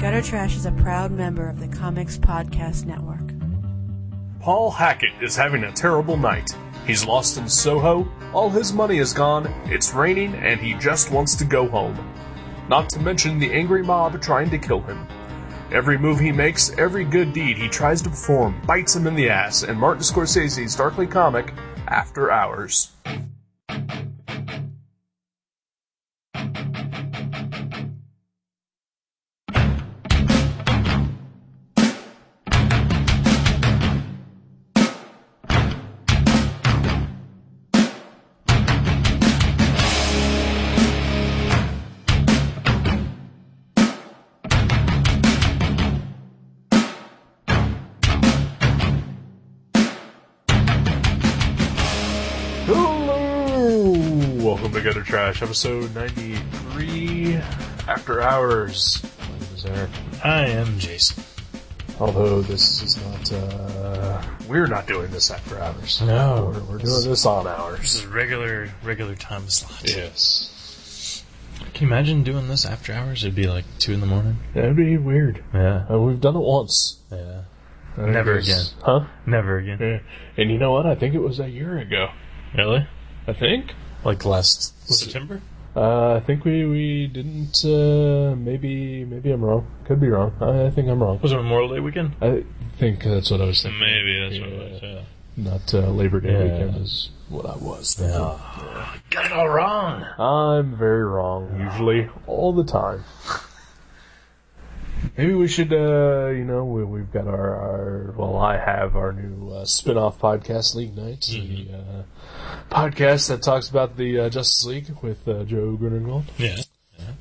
Gutter Trash is a proud member of the Comics Podcast Network. Paul Hackett is having a terrible night. He's lost in Soho, all his money is gone, it's raining, and he just wants to go home. Not to mention the angry mob trying to kill him. Every move he makes, every good deed he tries to perform, bites him in the ass in Martin Scorsese's darkly comic, After Hours. Hello! Welcome to Gutter Trash, episode 93, After Hours. My name is Eric. I am Jason. Although this is not, uh, we're not doing this after hours. No, We're, we're doing this on This hours. is regular, regular time slot. Yes. Can you imagine doing this after hours? It'd be like two in the morning. That'd be weird. Yeah, Uh, we've done it once. yeah. I Never guess- again. Huh? Never again. Yeah. And you know what? I think it was a year ago. Really? I think? Like last September? Uh, I think we, we didn't, uh, maybe, maybe I'm wrong. Could be wrong. I, I think I'm wrong. Was it Memorial Day weekend? I think that's what I was thinking. Maybe that's what it was, Yeah. Not uh, Labor Day Yeah. weekend is what I was thinking. Oh, Got it all wrong. I'm very wrong, usually, all the time. Maybe we should, uh, you know, we, we've got our, our, well, I have our new uh, spin off podcast, League Night, the uh, podcast that talks about the uh, Justice League with uh, Joe Grunenwald. Yeah.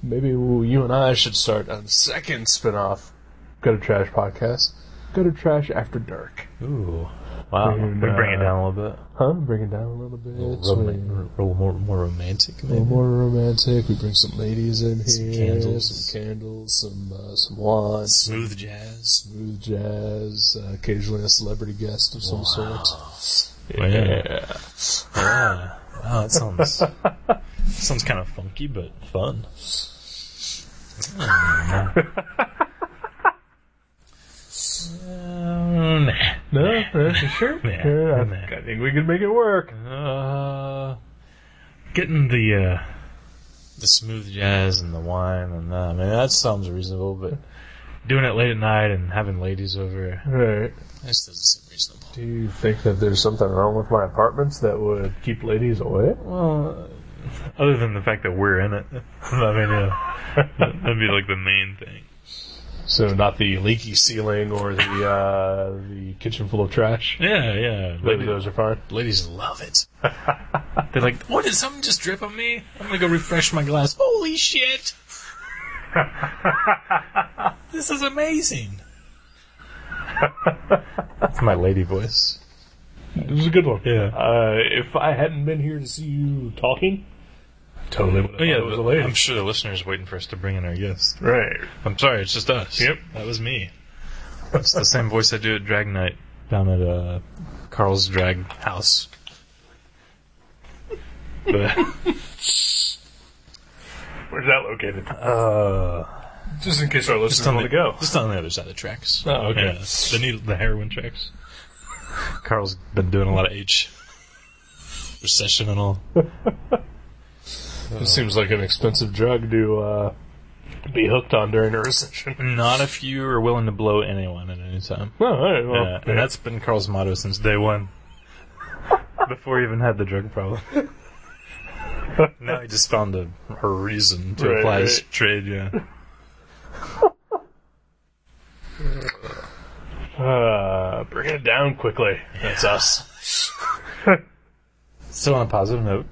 Maybe we, you and I should start a second spin off Go to Trash podcast, Go to Trash After Dark. Ooh. Wow. And, we bring it uh, down a little bit. Huh? Bring it down a little bit. Roman- r- r- more, more romantic, A little maybe. more romantic. We bring some ladies in here, Some candles. some candles, some uh, some wine, Smooth jazz. smooth jazz, uh, occasionally a celebrity guest of some sort. Wow. Yeah. Wow, Oh, that sounds sounds kind of funky, but fun. Oh, nah. No, yeah, for sure. Yeah, Yeah, I, nah. think- I think we could make it work. Uh, getting the uh, the smooth jazz and the wine and that. I mean, that sounds reasonable, but doing it late at night and having ladies over, All right. that just doesn't seem reasonable. Do you think that there's something wrong with my apartments that would keep ladies away? Well, uh, other than the fact that we're in it, I mean, yeah, that'd be like the main thing. So not the leaky ceiling or the uh, the kitchen full of trash. Yeah, yeah. Maybe those are fine. Ladies love it. They're like, oh, did something just drip on me? I'm gonna go refresh my glass. Holy shit! this is amazing. That's my lady voice. It was a good one. Yeah. Uh, if I hadn't been here to see you talking, totally would have Oh, yeah, thought it was a the- lady. I'm sure the listener's waiting for us to bring in our guest. Right. I'm sorry, it's just us. Yep. That was me. That's the same voice I do at Drag Night down at uh, Carl's Drag House. But, Where's that located? uh, Just in case our listeners Just on want the to go. Just on the other side of the tracks. Oh, okay. Yeah, the needle, the heroin tracks. Carl's been doing a lot of H. Recession and all. It seems like an expensive drug to uh, be hooked on during a recession. Not if you are willing to blow anyone at any time. Oh, all right, well, Yeah, and that's been Carl's motto since day one. Before he even had the drug problem. now he just found a, a reason to Right, apply his right. trade, yeah. uh, bring it down quickly. That's us. So on a positive note,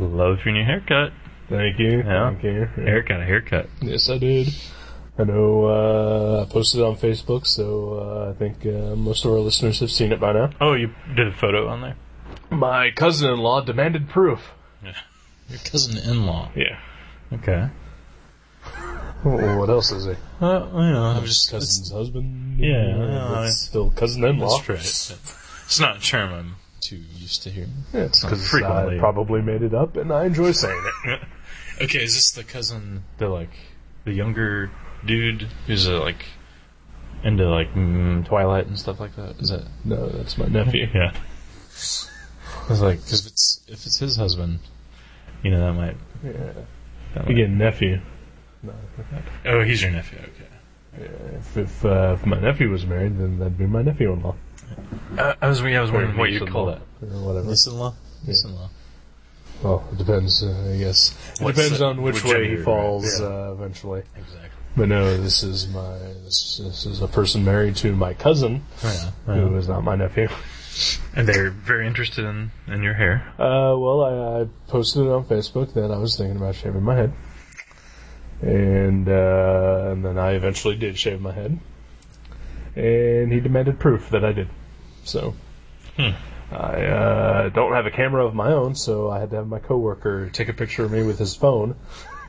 love your new haircut. Thank you. Yeah. Thank you. Yeah. Eric got a haircut. Yes, I did. I know uh, I posted it on Facebook, so uh, I think uh, most of our listeners have seen it by now. Oh, you did a photo on there? My cousin-in-law demanded proof. Your cousin in law. Yeah. Okay. Well, Oh, what else is he? Well, you Uh, know, I'm just cousin's husband. Yeah, it's I- still cousin-in-law. That's right. It's not a term I'm too used to hearing. Yeah, it's Not 'cause frequently. I probably made it up, and I enjoy saying it. Okay, is this the cousin that like the younger dude who's uh, like into like mm, Twilight and stuff like that? Is that No, that's my nephew. yeah? I was like, 'cause if it's if it's his husband, you know that might. yeah. That might Again, nephew. oh, he's your nephew. Okay. If if, uh, if my nephew was married, then that'd be my nephew-in-law. Uh, I was I was wondering Or what you call that. Or whatever. Niece-in-law. Niece-in-law. Well, it depends, uh, I guess. It What's depends the- on which which way gender, he right? falls Yeah. uh, eventually. Exactly. But no, this is my this, this is a person married to my cousin, Oh, Yeah, who is not my nephew. And they're very interested in, in your hair. Uh, well, I, I posted it on Facebook that I was thinking about shaving my head, and uh, and then I eventually did shave my head, and he demanded proof that I did. So Hmm. I uh, don't have a camera of my own, so I had to have my coworker take a picture of me with his phone,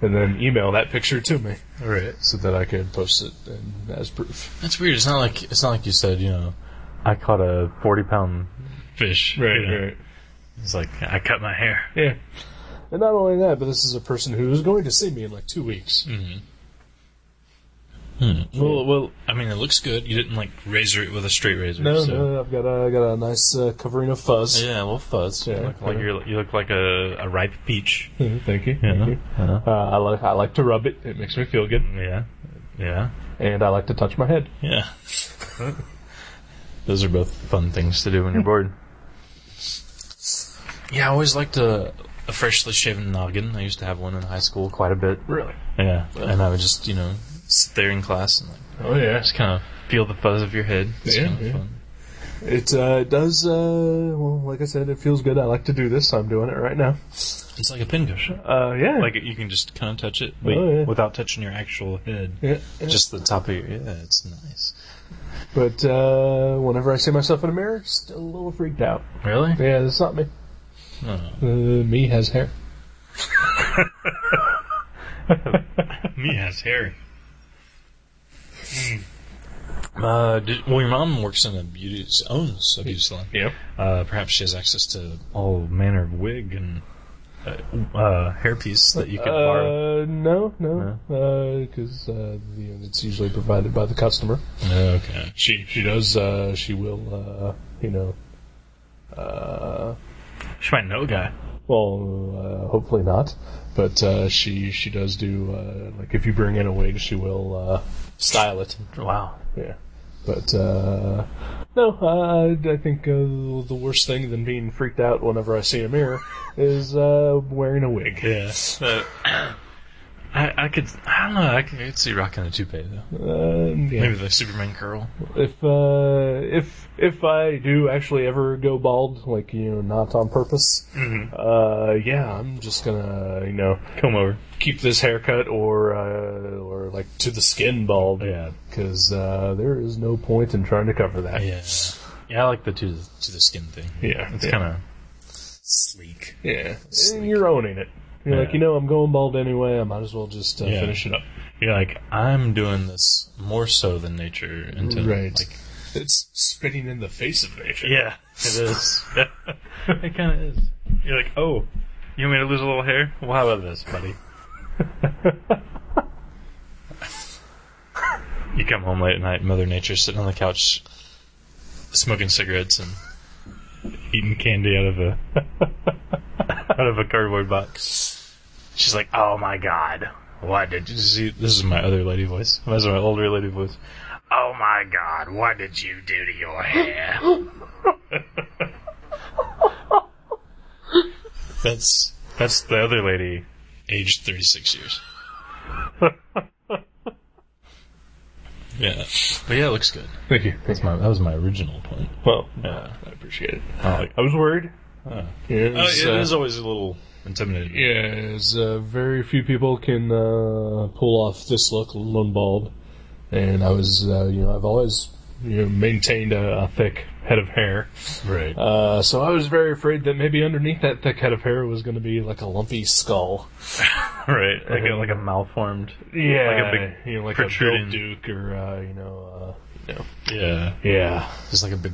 and then email that picture to me Right. so that I could post it and, as proof. That's weird. It's not like it's not like you said. You know, I caught a forty pound fish. you know. It's like I cut my hair. Yeah. And not only that, but this is a person who is going to see me in like two weeks. Well, well, I mean, it looks good. You didn't like razor it with a straight razor. No, so. no, I've got a I got a nice uh, covering of fuzz. Yeah, well, fuzz. Yeah. Mm-hmm. You look like you're, you look like a, a ripe peach. Thank you. Yeah. Thank you. Yeah. Uh, I like I like to rub it. It makes me feel good, Yeah. Yeah. and I like to touch my head. Yeah. Those are both fun things to do when you're bored. Yeah, I always liked a, a freshly shaven noggin. I used to have one in high school quite a bit. Really? Yeah, and I would just, you know, sit there in class and like, Oh yeah. just kind of feel the fuzz of your head. It's Yeah, kind of yeah. fun. It uh, does. Uh, well, like I said, it feels good. I like to do this. I'm doing it right now. It's like a pincushion. Uh, yeah. Like you can just kind of touch it, but Oh, yeah. without touching your actual head. Yeah, yeah. Just the top of your. Yeah, it's nice. But uh, whenever I see myself in a mirror, still a little freaked out. Really? Yeah, that's not me. Uh, me has hair. Me has hair. Mm. Uh, did, well, your mom works in a beauty owns a beauty salon. Yep. Uh, perhaps she has access to all manner of wig and uh, uh, hairpiece that you could borrow. Uh, no, no, because uh, you know, it's usually provided by the customer. Okay. She she does. Uh, she will. Uh, you know. Uh, She might know a guy. well, uh, hopefully not. But uh, she she does do uh, like if you bring in a wig, she will uh, style it. Wow. Yeah. But uh, no, I, I think uh, the worst thing than being freaked out whenever I see a mirror is uh, wearing a wig. Yeah. So, I, I could. I don't know. I could, I could see rocking a toupee though. Uh, yeah. Maybe the Superman curl. if uh, if if I do actually ever go bald, like you know, not on purpose, Mm-hmm. uh, yeah, I'm just gonna you know Come over. keep this haircut or uh, or like to the skin bald, Yeah. because uh, there is no point in trying to cover that. Yeah. Yeah, I like the to the, to the skin thing. yeah, It's yeah. kind of sleek. yeah. And Eh, you're owning it. You're like, Yeah. you know, I'm going bald anyway. I might as well just uh, Yeah. finish it up. You're like, I'm doing this more so than nature. Into, Right. Like, It's spitting in the face of nature. yeah, it is. it kind of is. You're like, oh, you want me to lose a little hair? Well, how about this, buddy? you come home late at night, Mother Nature sitting on the couch, smoking cigarettes and eating candy out of a out of a cardboard box. She's like, "Oh my god, why did you see?" This is my other lady voice. This is my older lady voice. Oh my god, what did you do to your hair? that's that's the other lady, aged thirty six years. yeah, but yeah, it looks good. Thank you. That's my that was my original point. Well, Yeah. I appreciate it. Oh, I was worried. Oh. It Oh, was, it uh, is always a little intimidating. Yeah, as uh, very few people can uh, pull off this look alone bald, and I was, uh, you know, I've always you know maintained a, a thick head of hair, Right. uh, so I was very afraid that maybe underneath that thick head of hair was going to be like a lumpy skull, right. Like a, like a malformed. yeah, Like a big you know, like protruding- a Bill Duke or uh, you know, uh, you know, Yeah. yeah, Just like a big,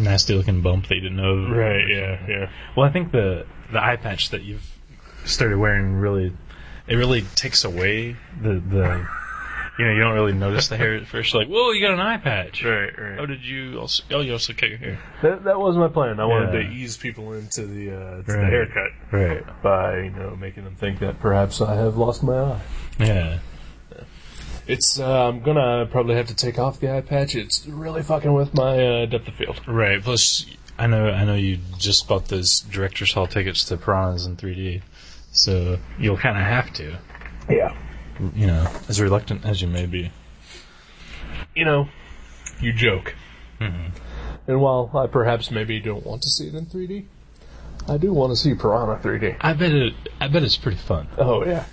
nasty looking bump that you didn't know. right, yeah, yeah, Well, I think the the eye patch that you've started wearing really it really takes away the the. You know, you don't really notice the hair at first. You're like, whoa, you got an eye patch. Right, right. Oh, did you also? Oh, you also cut your hair. That, that was my plan. I wanted Yeah. to ease people into the uh, to the Right. haircut Right. by you know making them think that perhaps I have lost my eye. Yeah. It's uh, I'm gonna probably have to take off the eye patch. It's really fucking with my uh, depth of field. Right. Plus, I know I know you just bought those director's hall tickets to Piranhas in 3D, so you'll kind of have to. Yeah. You know, as reluctant as you may be. You know, you joke. Mm-hmm. And while I perhaps maybe don't want to see it in 3D, I do want to see Piranha 3D. I bet it. I bet it's pretty fun. Oh yeah.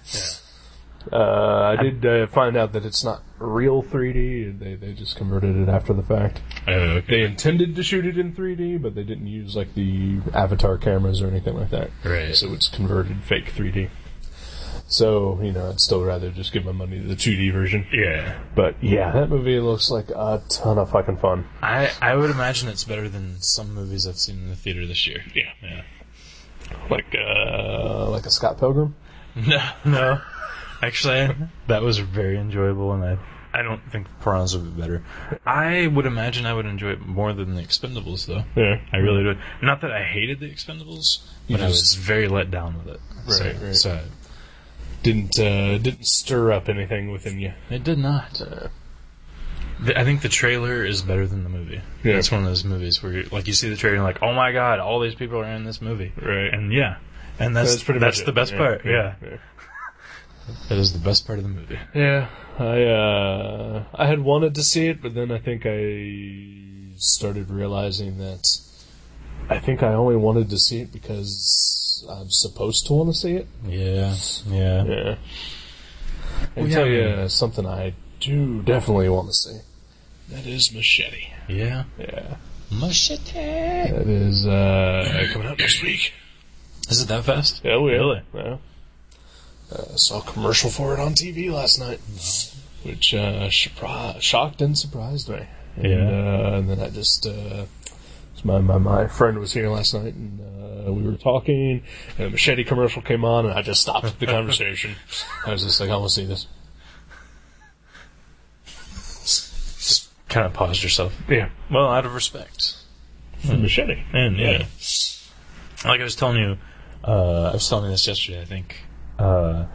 Uh, I did uh, find out that it's not real 3D. They they just converted it after the fact. Oh, They okay. intended to shoot it in 3D, but they didn't use like the avatar cameras or anything like that. Right. So it's converted fake 3D. So you know, I'd still rather just give my money to the 2D version. yeah. But yeah, that movie looks like a ton of fucking fun. I I would imagine it's better than some movies I've seen in the theater this year. Yeah. Yeah. Like uh, like a Scott Pilgrim. No, no. Actually, that was very enjoyable, and I I don't think Piranhas would be better. I would imagine I would enjoy it more than the Expendables, though. Yeah. I really would. Not that I hated the Expendables, You but I was just- very let down with it. Right, so, right. so Didn't uh, didn't stir up anything within you. it did not. The- uh, I think the trailer is better than the movie. Yeah. It's one of those movies where, you like, you see the trailer and you're like, oh my god, all these people are in this movie. Right. And yeah, and that's That's pretty that's much it. the best Yeah, part. Yeah. yeah. that is the best part of the movie. Yeah, I uh, I had wanted to see it, but then I think I started realizing that I think I only wanted to see it because I'm supposed to want to see it. Yeah, yeah. Yeah. Well, And yeah, tell I you mean- something I do definitely want to see. That is Machete. Yeah. Yeah. Machete. That is uh, coming out next week. Is it that fast? Yeah, we Really? Yeah. Uh, saw a commercial for it on TV last night, which uh, shpri- shocked and surprised me. And, Yeah. uh, and then I just. Uh, my, my, my friend was here last night and uh, we were talking, and a machete commercial came on, and I just stopped the conversation. I was just like, I want to see this. Just kind of paused yourself. Yeah. Well, out of respect. Machete. And yeah, like I was telling you, uh, I was telling you this yesterday. I think uh,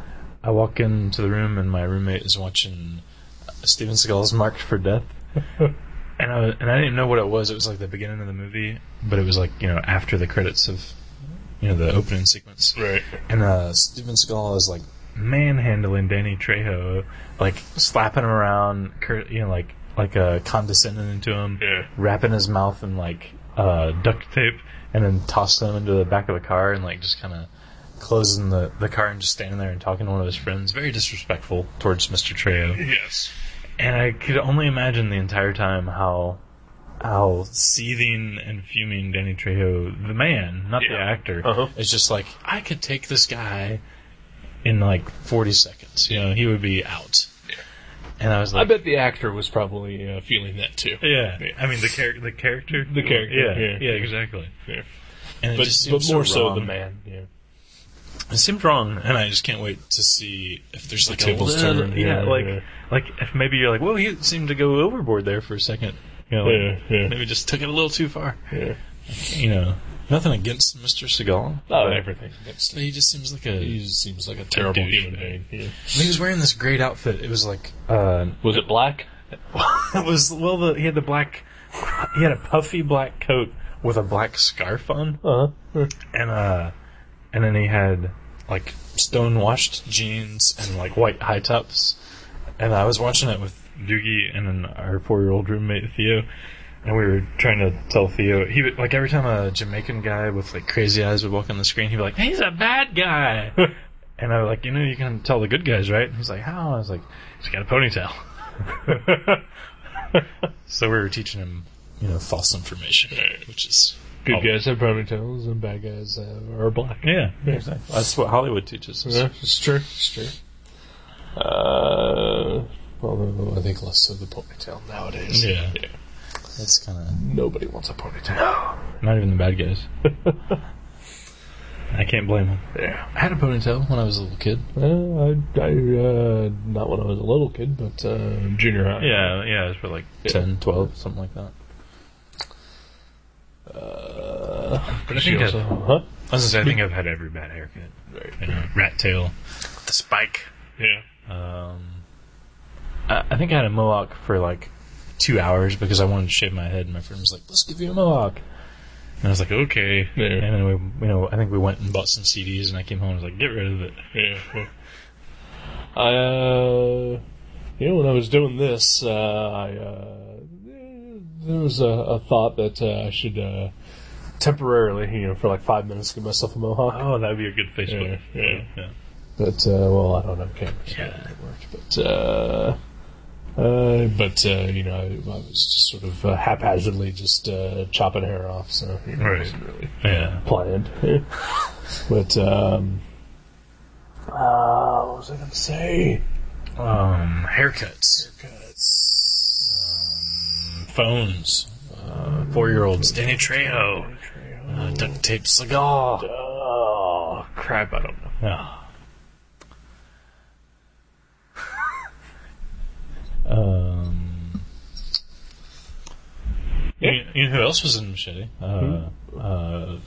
I walk into the room and my roommate is watching uh, Steven Seagal's Marked for Death, and I and I didn't even know what it was. It was like the beginning of the movie, but it was like you know after the credits of you know the opening sequence. Right. And uh, Steven Seagal is like manhandling Danny Trejo, like slapping him around, cur- you know, like like uh, condescending to him, Yeah. wrapping his mouth in like uh, duct tape, and then tossing him into the back of the car and like just kind of closing the, the car and just standing there and talking to one of his friends, very disrespectful towards Mr. Trejo Yes. and I could only imagine the entire time how how seething and fuming Danny Trejo, the man, not the Yeah. actor, Uh-huh. is just like I could take this guy in like forty seconds. You know, he would be out. And I was I like, bet the actor was probably uh, feeling that too. yeah. I mean, the character, the character, The character, Yeah, yeah, exactly. Yeah. And it But, just but seems more so wrong. the man. Yeah. It seemed wrong, and I just can't wait to see if there's like a tables little, turn, yeah, yeah, like yeah. like if maybe you're like, well, he seemed to go overboard there for a second, you know, like, Yeah, yeah. maybe just took it a little too far, Yeah. you know. Nothing against Mr. Seagal, Not but everything. he just seems like a. He seems like a terrible douchebag. human being. Yeah. He was wearing this great outfit. It was like, uh, Was it black? it was well, the, he had the black, he had a puffy black coat with a black scarf on. Uh huh. and uh, and then he had like stone washed jeans and like white high tops. And I was watching it with Doogie and then our four year old roommate Theo, and we were trying to tell Theo he would like every time a Jamaican guy with like crazy eyes would walk on the screen, he'd be like, "He's a bad guy." And I was like, you know, you can tell the good guys, right? And he's like, how? I was like, he's got a ponytail. so we were teaching him, you know, false information, which is Good Oh. guys have ponytails and bad guys have, are black. yeah, exactly. That's what Hollywood teaches us. Yeah, it's true. It's true. Uh, although I think less of the ponytail nowadays. Yeah. That's kind of Nobody wants a ponytail. not even the bad guys. I can't blame him. Yeah. I had a ponytail when I was a little kid. Uh, I, I uh, not when I was a little kid, but uh, junior high. Yeah, yeah, it was probably like Yeah. 10, 12, something like that. but I She think also, I've- huh? I was gonna say, I think I've had every bad haircut. You know, rat tail, the spike. Yeah. Um, I, I think I had a mohawk for like two hours because I wanted to shave my head, and my friend was like, "Let's give you a mohawk," and I was like, "Okay." Yeah. And then we, you know, I think we went and bought some CDs, and I came home and was like, "Get rid of it." Yeah. yeah. I, uh, you know, when I was doing this, uh, I, uh, there was a, a thought that uh, I should uh, temporarily, you know, for like five minutes, give myself a mohawk. Oh, that'd be a good Facebook. Yeah, yeah. yeah. But uh, well, I don't have cameras. so Yeah. it worked. But uh, uh, but uh, you know, I, I was just sort of uh, haphazardly just uh, chopping hair off, so you know, it Right. wasn't really Yeah. planned. but um, uh, what was I going to say? Um, haircuts, Um, Haircuts. phones, uh, four-year-olds, Danny Trejo, uh, duct tape, Seagal. Oh crap! I don't know. Yeah. um, Yeah. Hmm? you, you know who else was in Machete? Uh, uh,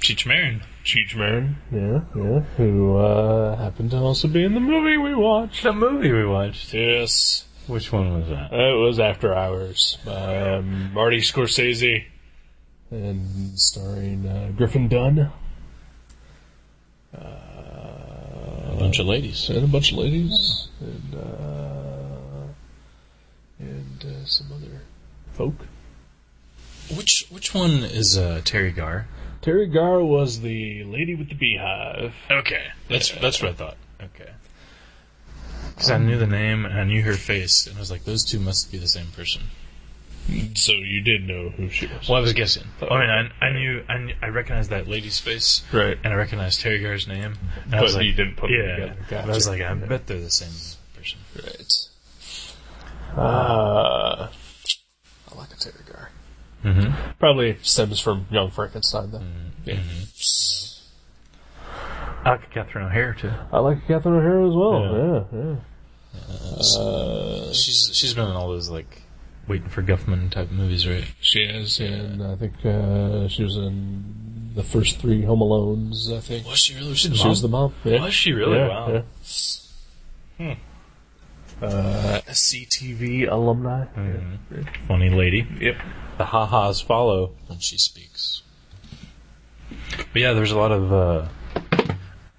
Cheech Marin. Cheech Marin, yeah, yeah, who uh, happened to also be in the movie we watched. The movie we watched. Yes. Which one was that? It was After Hours by um, Marty Scorsese and starring uh, Griffin Dunn A bunch of ladies. and a bunch of ladies and uh, and uh, some other folk. Which which one is uh, Terry Gar? Terry Garr was the lady with the beehive. Okay, that's that's what I thought. Okay. Because I knew the name and I knew her face, and I was like, those two must be the same person. So you did know who she was. Well, I was guessing. I mean, I, I knew I, knew, I recognized that lady's face, Right. And I recognized Terry Gar's name, and I But was like, you didn't put them yeah. together. But I was Gotcha. like, I bet they're the same person. Right. Uh, I like a Terry Gar. Mm-hmm. Probably stems from Young Frankenstein, though. Yeah. Mm-hmm. I like Catherine O'Hare too. I like Catherine O'Hara as well, Yeah, yeah. She's she's been in all those like waiting for Guffman type movies, right? She is, and I think uh, she was in the first three Home Alones. I think Was she really? Was she the she mom? was the mom. Yeah. Was she really? Yeah, wow. yeah. Uh, SCTV alumni. Mhm. Funny lady. Yep. The ha ha's follow when she speaks. But yeah, there's a lot of uh,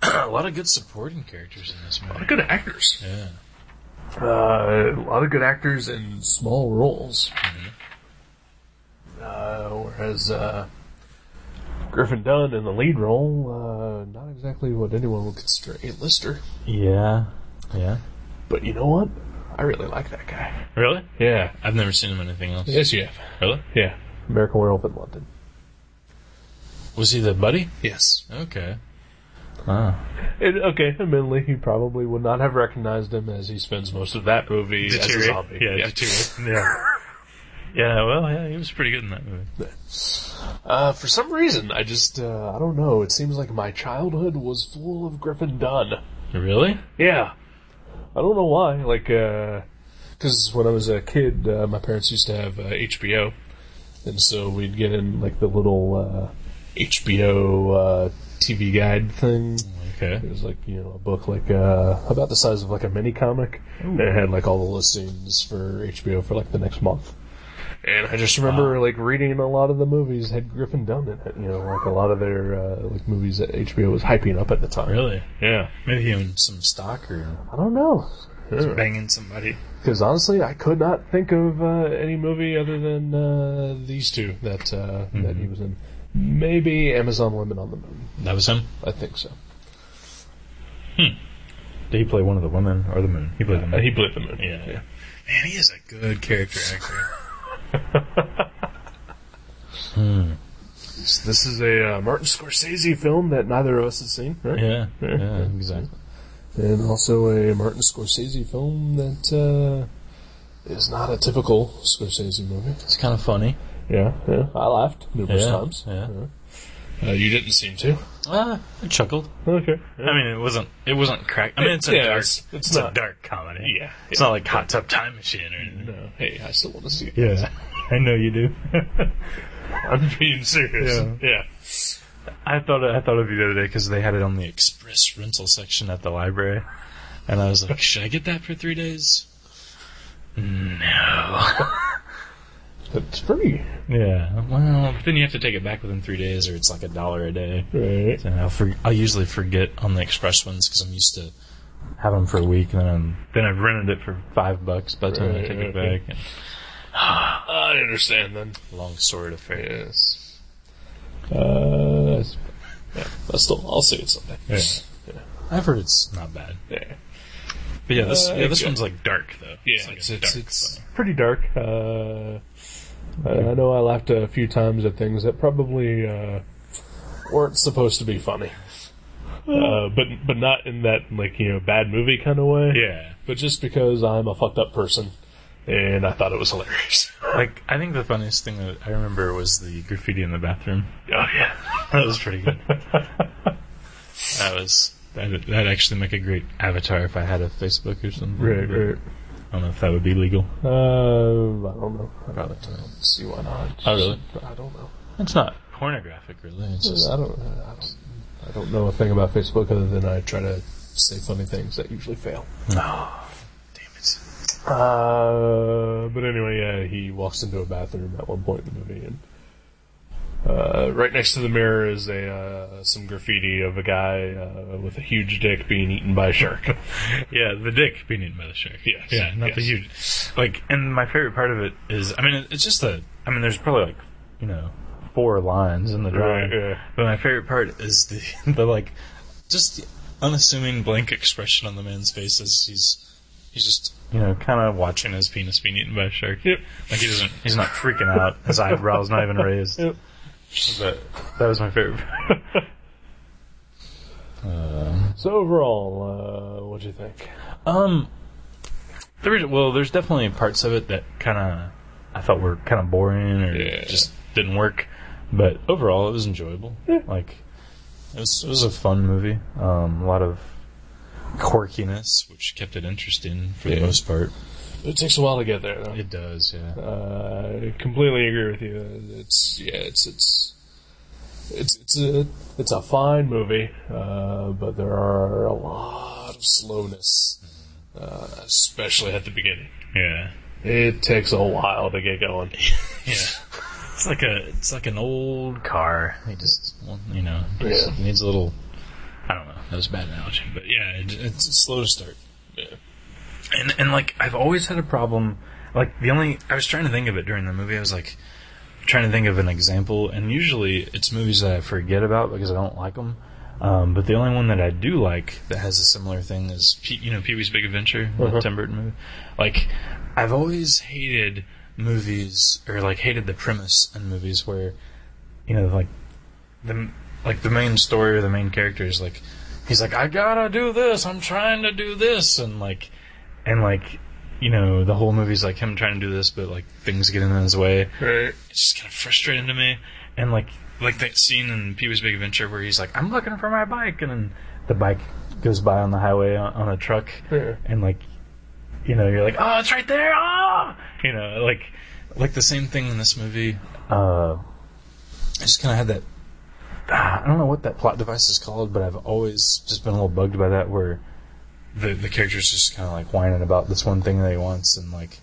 a lot of good supporting characters in this movie. Good actors. Yeah. Uh, a lot of good actors in small roles. Uh, whereas uh, Griffin Dunn in the lead role, uh, not exactly what anyone would consider a lister. Yeah. Yeah. But you know what? I really like that guy. Really? Yeah. I've never seen him in anything else. Yes, you have. Really? Yeah. American Werewolf in London. Was he the buddy? Ah. Yes. Okay. Wow. And, okay, admittedly, he probably would not have recognized him as he spends most of that movie as a zombie. Yeah, deteriorate. Yeah. Yeah, well, yeah, he was pretty good in that movie. Uh, for some reason, I just, uh, I don't know, it seems like my childhood was full of Griffin Dunn. Really? Yeah. I don't know why, like, uh 'cause cause when I was a kid, uh, my parents used to have, uh, HBO. And so we'd get in, like, the little, uh, HBO, uh, TV guide thing. Okay. It was like you know a book like uh, about the size of like a mini comic, and it had like all the listings for HBO for like the next month. And I just remember like reading a lot of the movies had Griffin Dunn in it. You know, like a lot of their uh, like movies that HBO was hyping up at the time. Really? Yeah. Maybe he owned some stock or I don't know. banging somebody. Because honestly, I could not think of uh, any movie other than uh, these two that uh, that Mm-hmm. he was in. Maybe Amazon Women on the Moon. That was him? I think so. Did he play one of the women or the moon? Uh, He played the moon. played the moon. yeah. Man, he is a good character actor. This is a uh, Martin Scorsese film that neither of us has seen, right? yeah. Yeah, exactly. And also a Martin Scorsese film that uh, is not a typical Scorsese movie. It's kind of funny. Yeah, yeah. I laughed numerous Yeah, times. yeah. Uh, you didn't seem to. Uh, I chuckled. Okay. I mean, it wasn't. It wasn't crack. I mean, it's a Yeah, dark. it's- It's, it's a not- dark comedy. Yeah, It's not like Hot Tub Time Machine or anything. No. Hey, I still want to see it. Yeah, I know you do. I'm being serious. Yeah. yeah. I thought I thought of you the other day because they had it on the express rental section at the library, and I was like, should I get that for three days? No. That's free. Yeah. Well, but then you have to take it back within three days, or it's like a dollar a day. Right. And I'll, for, I'll usually forget on the express ones because I'm used to having them for a week, and then I'm, then I've rented it for five bucks by the time I Right, take it okay. back. And I understand then. long sordid affair. Yes. Uh, that's- yeah, I still, I'll see it someday. Yeah. I've heard it's not bad, Yeah. but yeah, this Uh, yeah this yeah. one's like dark though. Yeah, like it's a it's, dark it's thing. pretty dark. Uh, I I know I laughed a few times at things that probably uh, weren't supposed to be funny, uh, but but not in that like you know bad movie kind of way. yeah. But just because I'm a fucked up person, and I thought it was hilarious. oh Like I think the funniest thing that I remember was the graffiti in the bathroom. yeah, That was pretty good. that was that. That'd actually make a great avatar if I had a Facebook or something. right, but right. I don't know if that would be legal. Uh, I don't know. Probably not. Let's see why not. Oh, really? I don't know. It's not pornographic, really. It's just I don't. I don't. I don't know a thing about Facebook other than I try to say funny things that usually fail. no. Damn it. Uh, but anyway, yeah, he walks into a bathroom at one point in the movie, and uh, right next to the mirror is a uh, some graffiti of a guy uh, with a huge dick being eaten by a shark. Yeah, the dick being eaten by the shark. Yes, Yeah, not the yes. huge. Like, and my favorite part of it is, I mean, it- it's just the. I mean, there's probably like, you know, four lines in the drawing. Right, yeah. But my favorite part is the the like, just the unassuming blank expression on the man's face as he's he's just you know kind of watching his penis being eaten by a shark. Yep. Like he doesn't. He's not freaking out. His eyebrows not even raised. Yep. But that was my favorite. part. so overall, uh, what'd you think? Um, there is, well, there's definitely parts of it that kind of I thought were kind of boring or Yeah. just didn't work. But overall, it was enjoyable. Like it was, it was a fun movie. Um, a lot of quirkiness, which kept it interesting for the Yeah. most part. It takes a while to get there. Though. It does, yeah. Uh, I completely agree with you. It's yeah, it's it's it's it's a it's a fine movie, uh, but there are a lot of slowness, uh, especially at the beginning. Yeah, It takes a while to get going. yeah. It's like a it's like an old car. It just well, you know Yeah. needs a little. I don't know. That was a bad analogy, but yeah, it, it's slow to start. Yeah. and and like I've always had a problem. Like the only I was trying to think of it during the movie. I was like trying to think of an example, and usually it's movies that I forget about because I don't like them. Um, but the only one that I do like that has a similar thing is Pee- you know Pee Wee's Big Adventure, the Tim Burton movie. Like I've always hated movies or like hated the premise in movies where you know like the like the main story or the main character is like he's like I gotta do this, I'm trying to do this, and like and like you know the whole movie's like him trying to do this, but like things get in his way. Right. It's just kind of frustrating to me, and like like that scene in Pee Wee's Big Adventure where he's like I'm looking for my bike, and then the bike goes by on the highway on, on a truck, Yeah. and like you know you're like oh it's right there oh you know like like the same thing in this movie. Uh, I just kind of had that ah, I don't know what that plot device is called, but I've always just been a little bugged by that where the the character's just kind of like whining about this one thing that he wants and like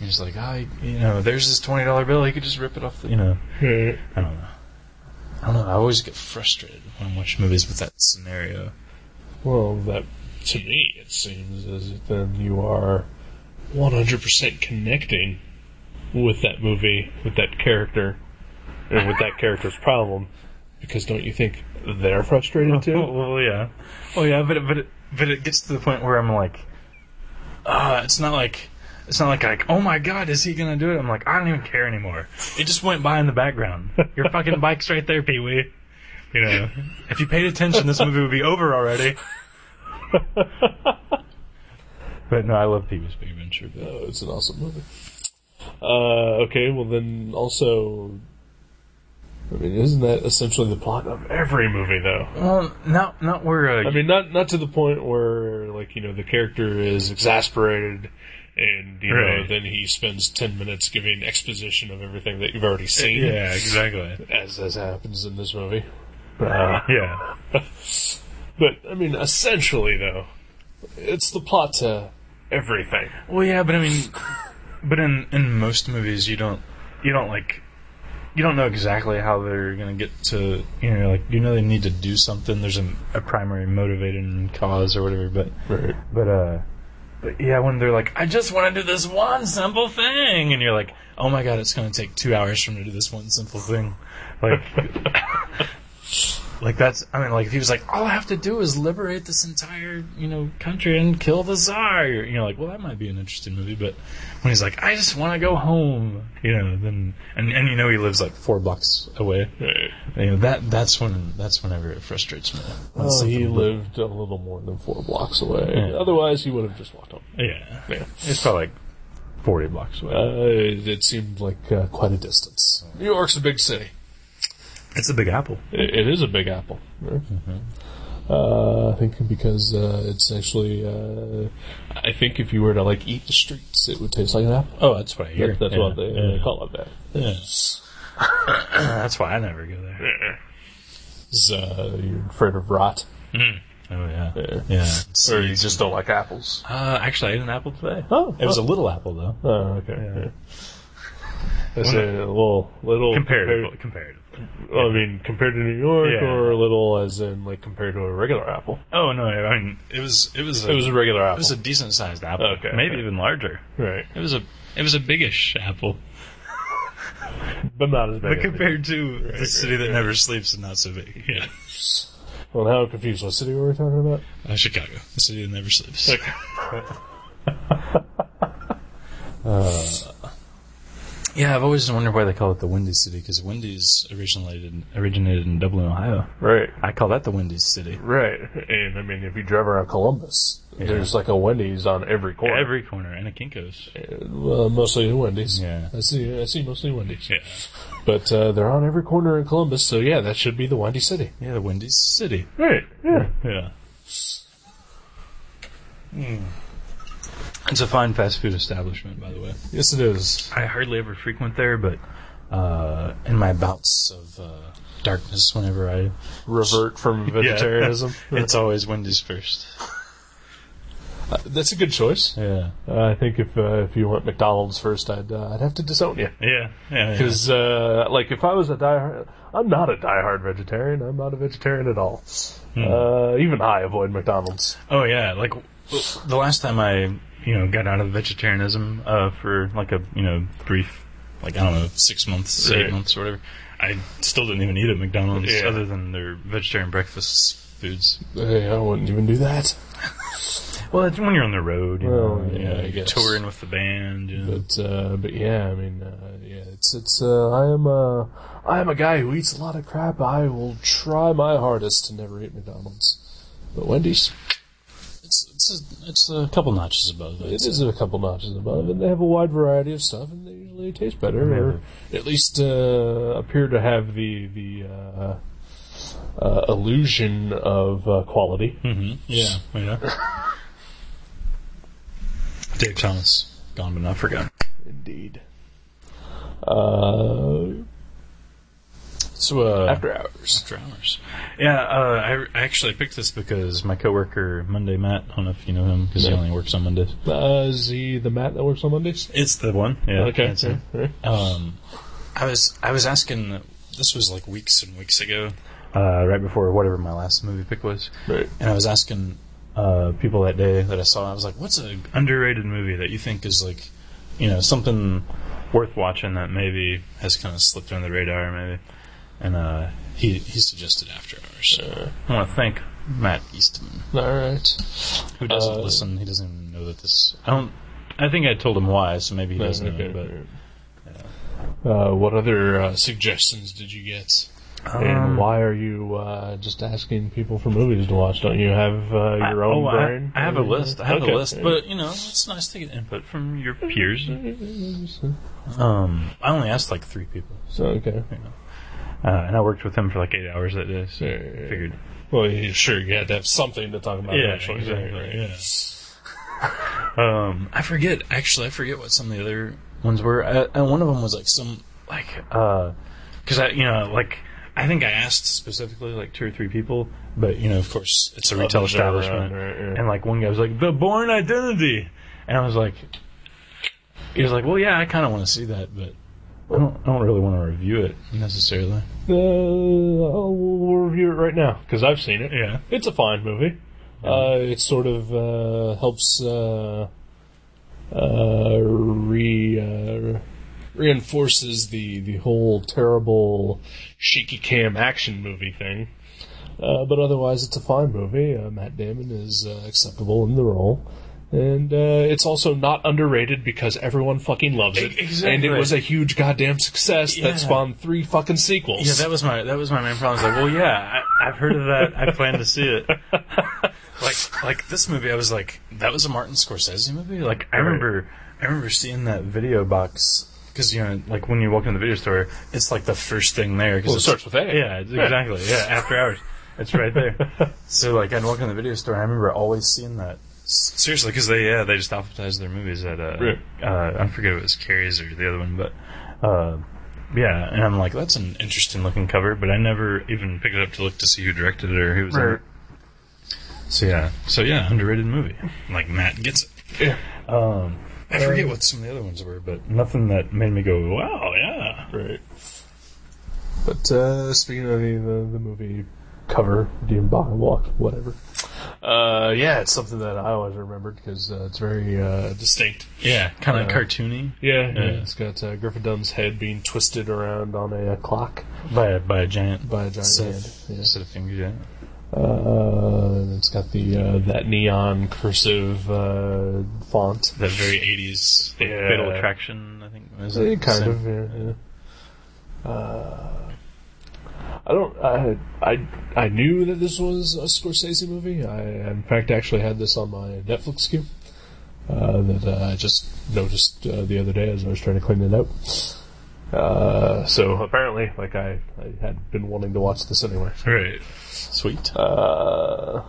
he's just like, "I, you know, there's this twenty dollar bill. He could just rip it off the, you know." Right. I don't know. I don't know. I always get frustrated when I watch movies with that scenario. Well, that to me it seems as if then you are one hundred percent connecting with that movie, with that character, and with that character's problem. Because don't you think they're frustrated too? well, yeah. Well, yeah, but it, but it, but it gets to the point where I'm like, uh, it's not like it's not like like oh my god, is he gonna do it? I'm like I don't even care anymore. It just went by in the background. Your fucking bike's right there, Pee Wee. You know, if you paid attention, this movie would be over already. but no, I love Pee Wee's Big Adventure. But Oh, it's an awesome movie. Uh, okay, well then also I mean, isn't that essentially the plot of every movie, though? Well, not not where uh, I mean, not not to the point where like you know the character is exasperated, and you know Right. then he spends ten minutes giving exposition of everything that you've already seen, yeah, exactly. as as happens in this movie. Yeah, But I mean, essentially though, it's the plot to everything. well, yeah, but I mean, but in in most movies, you don't you don't like you don't know exactly how they're gonna get to you know like you know they need to do something. There's a, a primary motivating cause or whatever, but Right. But uh but yeah, when they're like, I just want to do this one simple thing and you're like, Oh my god, it's gonna take two hours for me to do this one simple thing. Like Like that's I mean like if he was like, All I have to do is liberate this entire, you know, country and kill the Tsar you know, like, well that might be an interesting movie, but when he's like, I just wanna go home you know, then and, and you know he lives like four blocks away. Right. You know, that that's when that's whenever it frustrates me. When Oh, he something- lived a little more than four blocks away. Yeah. Otherwise, he would have just walked home. Yeah. Yeah. It's probably like forty blocks away. Uh, it, it seemed like uh, quite a distance. New York's a big city. It's a big apple. It, it is a big apple. right? Uh, I think because uh, it's actually, uh, I think if you were to like eat the streets, it would taste like an apple. Oh, that's why I hear. That- that's yeah. what they, yeah. they call it. That Yeah. that's why I never go there. is uh, you're afraid of rot, Oh yeah. Yeah. Yeah. or you just don't like apples. Uh, actually, I ate an apple today. Oh, It was a little apple though. oh, okay. yeah. That's a little, little Comparatively, comparatively. well, I mean, compared to New York, Yeah. or a little as in like compared to a regular apple. Oh no! I mean, it was it was a, It was a regular it apple, was a decent sized apple. Okay. Maybe even larger. right? It was a it was a biggish apple, But not as big. but as it- compared to the city that never sleeps, and not so big. Yeah. Well, now I'm confused. What city were we talking about? Uh, Chicago, the city that never sleeps. Yeah, I've always wondered why they call it the Windy City because Wendy's originated originated in Dublin, Ohio. Right, I call that the Windy City. right. And I mean, if you drive around Columbus, there's like a Wendy's on every corner. Uh, Every corner and a Kinko's. well, mostly Wendy's. Yeah. I see. I see mostly Wendy's. Yeah, But uh, they're on every corner in Columbus, so yeah, that should be the Wendy City. yeah, the Windy City. Right. Yeah. Yeah. Hmm. It's a fine fast food establishment, by the way. Yes, it is. I hardly ever frequent there, but uh, in my bouts of uh, darkness, whenever I Revert from vegetarianism. it's always Wendy's first. Uh, That's a good choice. Yeah, Uh, I think if uh, if you went McDonald's first, I'd uh, I'd have to disown you. yeah, yeah. yeah. Because, uh, like, if I was a diehard, I'm not a diehard vegetarian. I'm not a vegetarian at all. Hmm. Uh, even I avoid McDonald's. Oh yeah, like w- the last time I, you know, got out of vegetarianism uh, for like a you know brief, like I don't know, six months, Right. eight months, or whatever. I still didn't even eat at McDonald's Yeah. other than their vegetarian breakfast foods. Hey, I wouldn't even do that. Well, it's when you're on the road, you Well, know, yeah, you know, I you're guess. touring with the band. You know. But, uh, but yeah, I mean, uh, yeah, it's, it's, uh, I am a, I am a guy who eats a lot of crap. I will try my hardest to never eat McDonald's. But Wendy's, It's it's a, it's a couple notches above. I'd it say. is a couple notches above, and they have a wide variety of stuff, and they usually taste better, or at least uh, appear to have the the uh, uh, illusion of uh, quality. Mm-hmm. Yeah, yeah. Dave Thomas, gone but not forgotten. Indeed. Uh, So uh, after hours. After hours. Yeah, uh, I, I actually picked this because my coworker Monday Matt. I don't know if you know him because he No. only works on Mondays. Uh, is he the Matt that works on Mondays? It's the one. Yeah. okay. that's him. Um, I was I was asking. This was like weeks and weeks ago, uh, right before whatever my last movie pick was, Right. and I was asking uh, people that day that I saw. I was like, "What's an underrated movie that you think is like, you know, something worth watching that maybe has kind of slipped under the radar, maybe?" And uh, he he suggested After Hours. I want to thank Matt Eastman, All right. who doesn't Uh, listen. He doesn't even know that this. I don't. I think I told him why, so maybe he doesn't Okay. know. Uh, what other uh, suggestions did you get? But And why are you uh, just asking people for movies to watch? Don't you have uh, I- your own oh, I- brain? I, have a list. I have Okay. a list, but you know, it's nice to get input from your peers. So, Mm-hmm. Um, I only asked like three people. okay. Uh, and I worked with him for like eight hours that day, so Yeah, yeah, yeah. figured. Well, you, sure, you had to have something to talk about. eventually. Yeah. um, I forget actually. I forget what some of the other ones were. I, and one of them was like some like because I you know like I think I asked specifically like two or three people, but you know of course it's a retail Others are around, establishment, right, yeah. and like one guy was like the Born Identity, and I was like, he was like, well yeah, I kind of want to see that, but. I don't, I don't really want to review it necessarily. Uh, I'll- oh, we'll review it right now because I've seen it. Yeah. It's a fine movie. Uh, it sort of uh, helps uh, uh, re uh, reinforces the the whole terrible shaky cam action movie thing. Uh, but otherwise, it's a fine movie. Uh, Matt Damon is uh, acceptable in the role. And uh, it's also not underrated because everyone fucking loves it, E- exactly. and it was a huge goddamn success Yeah. that spawned three fucking sequels. Yeah, that was my that was my main problem. I was like, well, yeah, I, I've heard of that. I plan to see it. like like this movie, I was like, that was a Martin Scorsese movie. Like I remember I remember seeing that video box because you know like when you walk into the video store, it's like the first thing there. Cause Well, it it's- starts with A. Yeah, it's- exactly. Yeah, after hours, it's right there. so like I'd walk in the video store, and I remember always seeing that. S- Seriously, because they yeah they just alphabetized their movies at uh, Right. uh I forget if it was Carrie's or the other one, but. Uh, yeah, and I'm like, that's an interesting looking cover, but I never even picked it up to look to see who directed it or who was in Right. it. So yeah, so yeah, underrated movie. Like Matt gets it. Yeah. Um, I forget what some of the other ones were, but nothing that made me go, wow, yeah. Right. But uh, speaking of the, the, the movie cover, Dean Bach Walk, whatever. Uh, yeah, it's something that I always remembered because uh, it's very uh, distinct. Yeah, kind of Yeah. cartoony Yeah, yeah. Yeah. It's got uh, Griffin Dunn's head being twisted around on a, uh clock by a, by a giant by a giant set hand. of, Yeah. set of fingers. Yeah. Uh, and it's got the uh, that neon cursive uh, font. That very 80s like, Yeah. Fatal Attraction, I think. Was Eh, it? kind So- of, yeah. yeah. Uh, I don't. I, I I knew that this was a Scorsese movie. I in fact actually had this on my Netflix queue uh, that uh, I just noticed uh, the other day as I was trying to clean it out. Uh, so apparently, like I, I had been wanting to watch this anyway. Right. Sweet. Uh,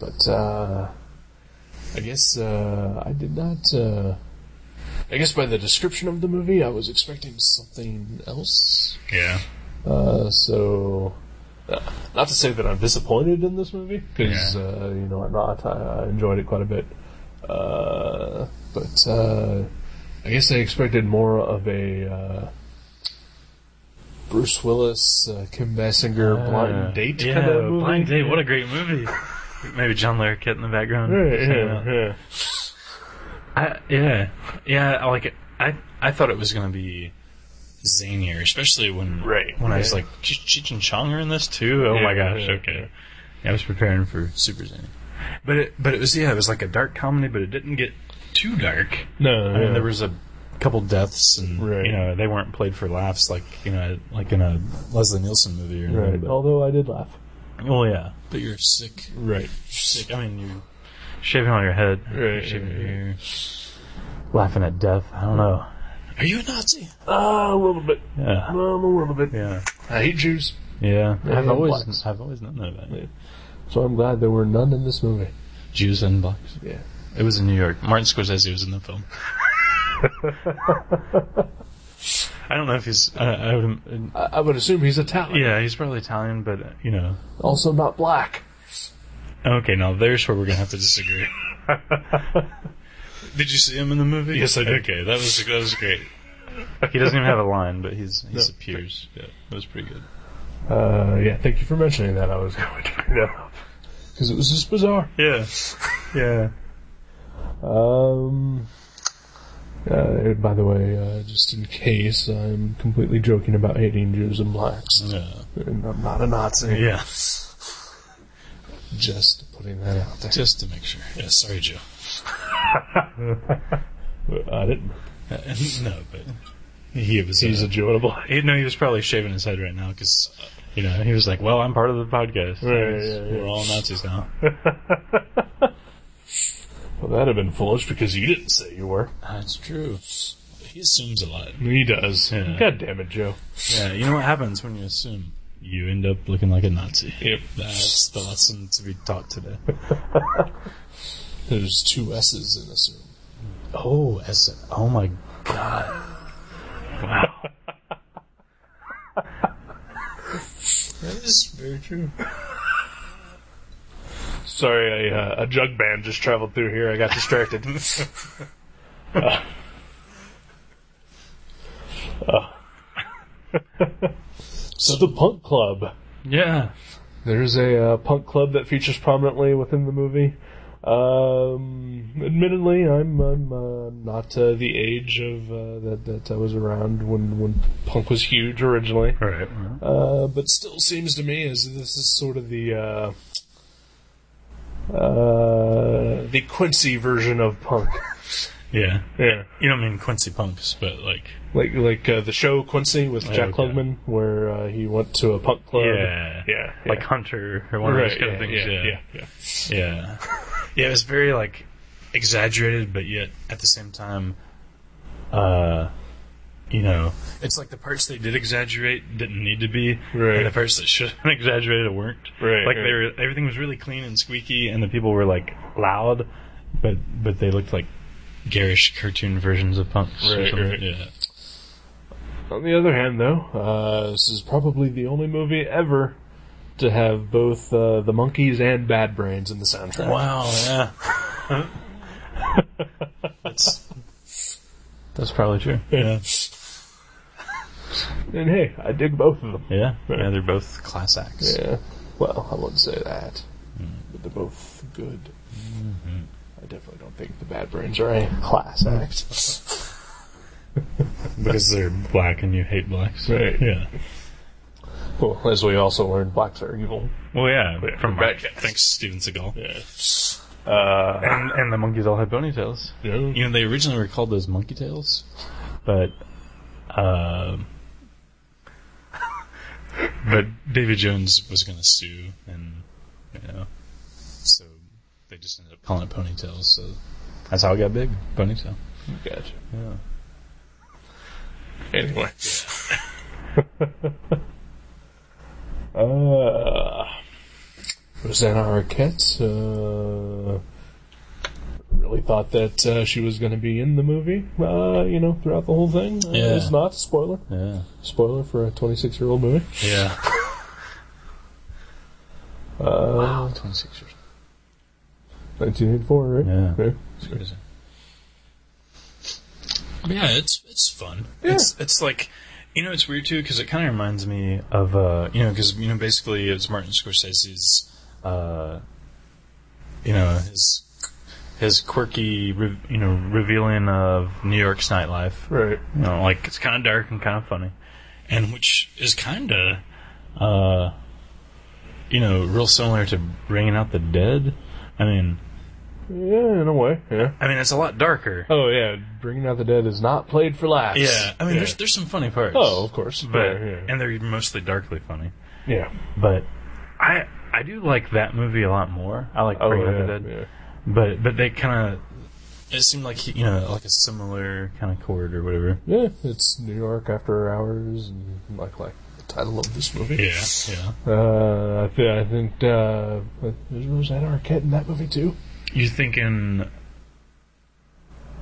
but uh, I guess uh, I did not. Uh, I guess by the description of the movie, I was expecting something else. Yeah. Uh, so, uh, not to say that I'm disappointed in this movie because Yeah. uh, you know I'm not. I, I enjoyed it quite a bit. Uh, but uh, I guess I expected more of a. Uh, Bruce Willis, uh, Kim Basinger, blind date Uh, yeah, kind of movie. Blind Date, what a great movie. Maybe John Larroquette in the background. Yeah, Yeah. yeah, I, yeah, yeah. I Like I, I thought it was gonna be zanier, especially when Right, when I was yeah. like, "Ch- Cheech and Chong are in this too. Oh my Yeah, gosh, yeah, okay. Yeah, I was preparing for super zany, but it, but it was yeah, it was like a dark comedy, but it didn't get too dark. No, I yeah. mean, there was a couple deaths, and Right. you know they weren't played for laughs, like you know, like in a Leslie Nielsen movie or Right. anything. But, Although I did laugh. well, yeah, but you're sick, Right. sick. I mean, you're shaving on your head, Right, shaving yeah, your ear, laughing at death. I don't know. Are you a Nazi? Uh, a little bit. Yeah. Um, a little bit. Yeah. I hate Jews. Yeah. Yeah, I've always blacks. I've always known that about it. So I'm glad there were none in this movie. Jews and blacks. Yeah. It was in New York. Martin Scorsese was in the film. I don't know if he's. I, I would. I, I would assume he's Italian. Yeah, he's probably Italian, but uh, you know. Also not black. Okay, now there's where we're gonna have to disagree. did you see him in the movie? Yes, I did. Okay, that was that was great. He doesn't even have a line, but he's he appears. Yeah, that was pretty good. Uh, yeah. Thank you for mentioning that. I was going to bring that up because it was just bizarre. Yeah, yeah. Um. Uh, by the way, uh, just in case, I'm completely joking about hating Jews and blacks. Yeah. And I'm not a Nazi. yeah. Just putting that out there. Just to make sure. Yeah, sorry, Joe. I didn't. Uh, no, but he was. He's uh, a Jew and a black. he, no, he was probably shaving his head right now because, you know, he was like, "Well, I'm part of the podcast. Right, yeah, yeah. We're all Nazis now." Well, that'd have been foolish because you didn't say you were. That's true. He He assumes a lot. He does. Yeah. God damn it, Joe. Yeah, you know what happens when you assume? You end up looking like a Nazi. Yep. That's the lesson to be taught today. There's two S's in assume. Oh, S. Oh my God. Wow. that is very true. Sorry, I, uh, a jug band just traveled through here. I got distracted. Uh. Uh. so the punk club. Yeah. There's a uh, punk club that features prominently within the movie. Um, admittedly, I'm I'm uh, not uh, the age of uh, that that I was around when when punk was huge originally. All right. Uh, but still seems to me as this is sort of the uh, uh, the Quincy version of punk. Yeah. Yeah, You don't mean Quincy Punks, but like. like like uh, the show Quincy with Jack Okay. Klugman, where uh, he went to a punk club. yeah, Like yeah. Hunter or one Right, of those kind of things. yeah, yeah, yeah. Yeah. Yeah, it was very like exaggerated, but yet at the same time, uh, you know, it's like the parts they did exaggerate didn't need to be, Right. and the parts that should have been exaggerated weren't. Right, Like they were, right. everything was really clean and squeaky, and the people were like loud, but but they looked like garish cartoon versions of punks. or Right, something. right. Yeah. On the other hand, though, uh, this is probably the only movie ever to have both uh, the monkeys and Bad Brains in the soundtrack. Wow. Yeah. that's that's probably true. Yeah. And hey, I dig both of them. Yeah, yeah, they're both class acts. Yeah. Well, I wouldn't say that, Mm-hmm. but they're both good. I definitely don't think the Bad Brains are a class act. Because they're black and you hate blacks. Right. Yeah. well, as we also learned, blacks are evil. Well, yeah. From Right. Thanks, Steven Seagal. Uh, And, and the monkeys all had ponytails. You know, they originally were called those monkey tails, but, um, but David Jones was going to sue, and you know, so they just ended up calling it ponytails. So that's how it got big. Ponytail. Gotcha. Yeah. Anyway. uh, Rosanna Arquette uh, really thought that uh, she was going to be in the movie, uh, you know, throughout the whole thing. Uh, Yeah. It's not. Spoiler. Yeah. Spoiler for a 26 year old movie. Yeah. Uh, 26 years. 1984, right? Yeah. Right. It's crazy. But yeah, it's it's fun. Yeah. It's it's like you know it's weird too because it kind of reminds me of uh you know because you know basically it's Martin Scorsese's uh you know his his quirky re- you know revealing of New York's nightlife Right. you know, like it's kind of dark and kind of funny, and which is kind of, uh, you know, real similar to bringing out the dead. I mean, Yeah, in a way. Yeah. I mean, it's a lot darker. Oh, yeah. Bringing Out the Dead is not played for laughs. yeah, I mean, there's there's some funny parts. Oh, of course. but yeah. and they're mostly darkly funny. yeah. yeah. But I I do like that movie a lot more. I like Oh, Bringing yeah, Out the Dead, yeah. but but they kind of. It seemed like he, you know, like a similar kind of chord or whatever. Yeah, it's New York after hours, and like like the title of this movie. Yeah, yeah. Uh, I, th- I think uh, is Rosanna Arquette in that movie too? You're thinking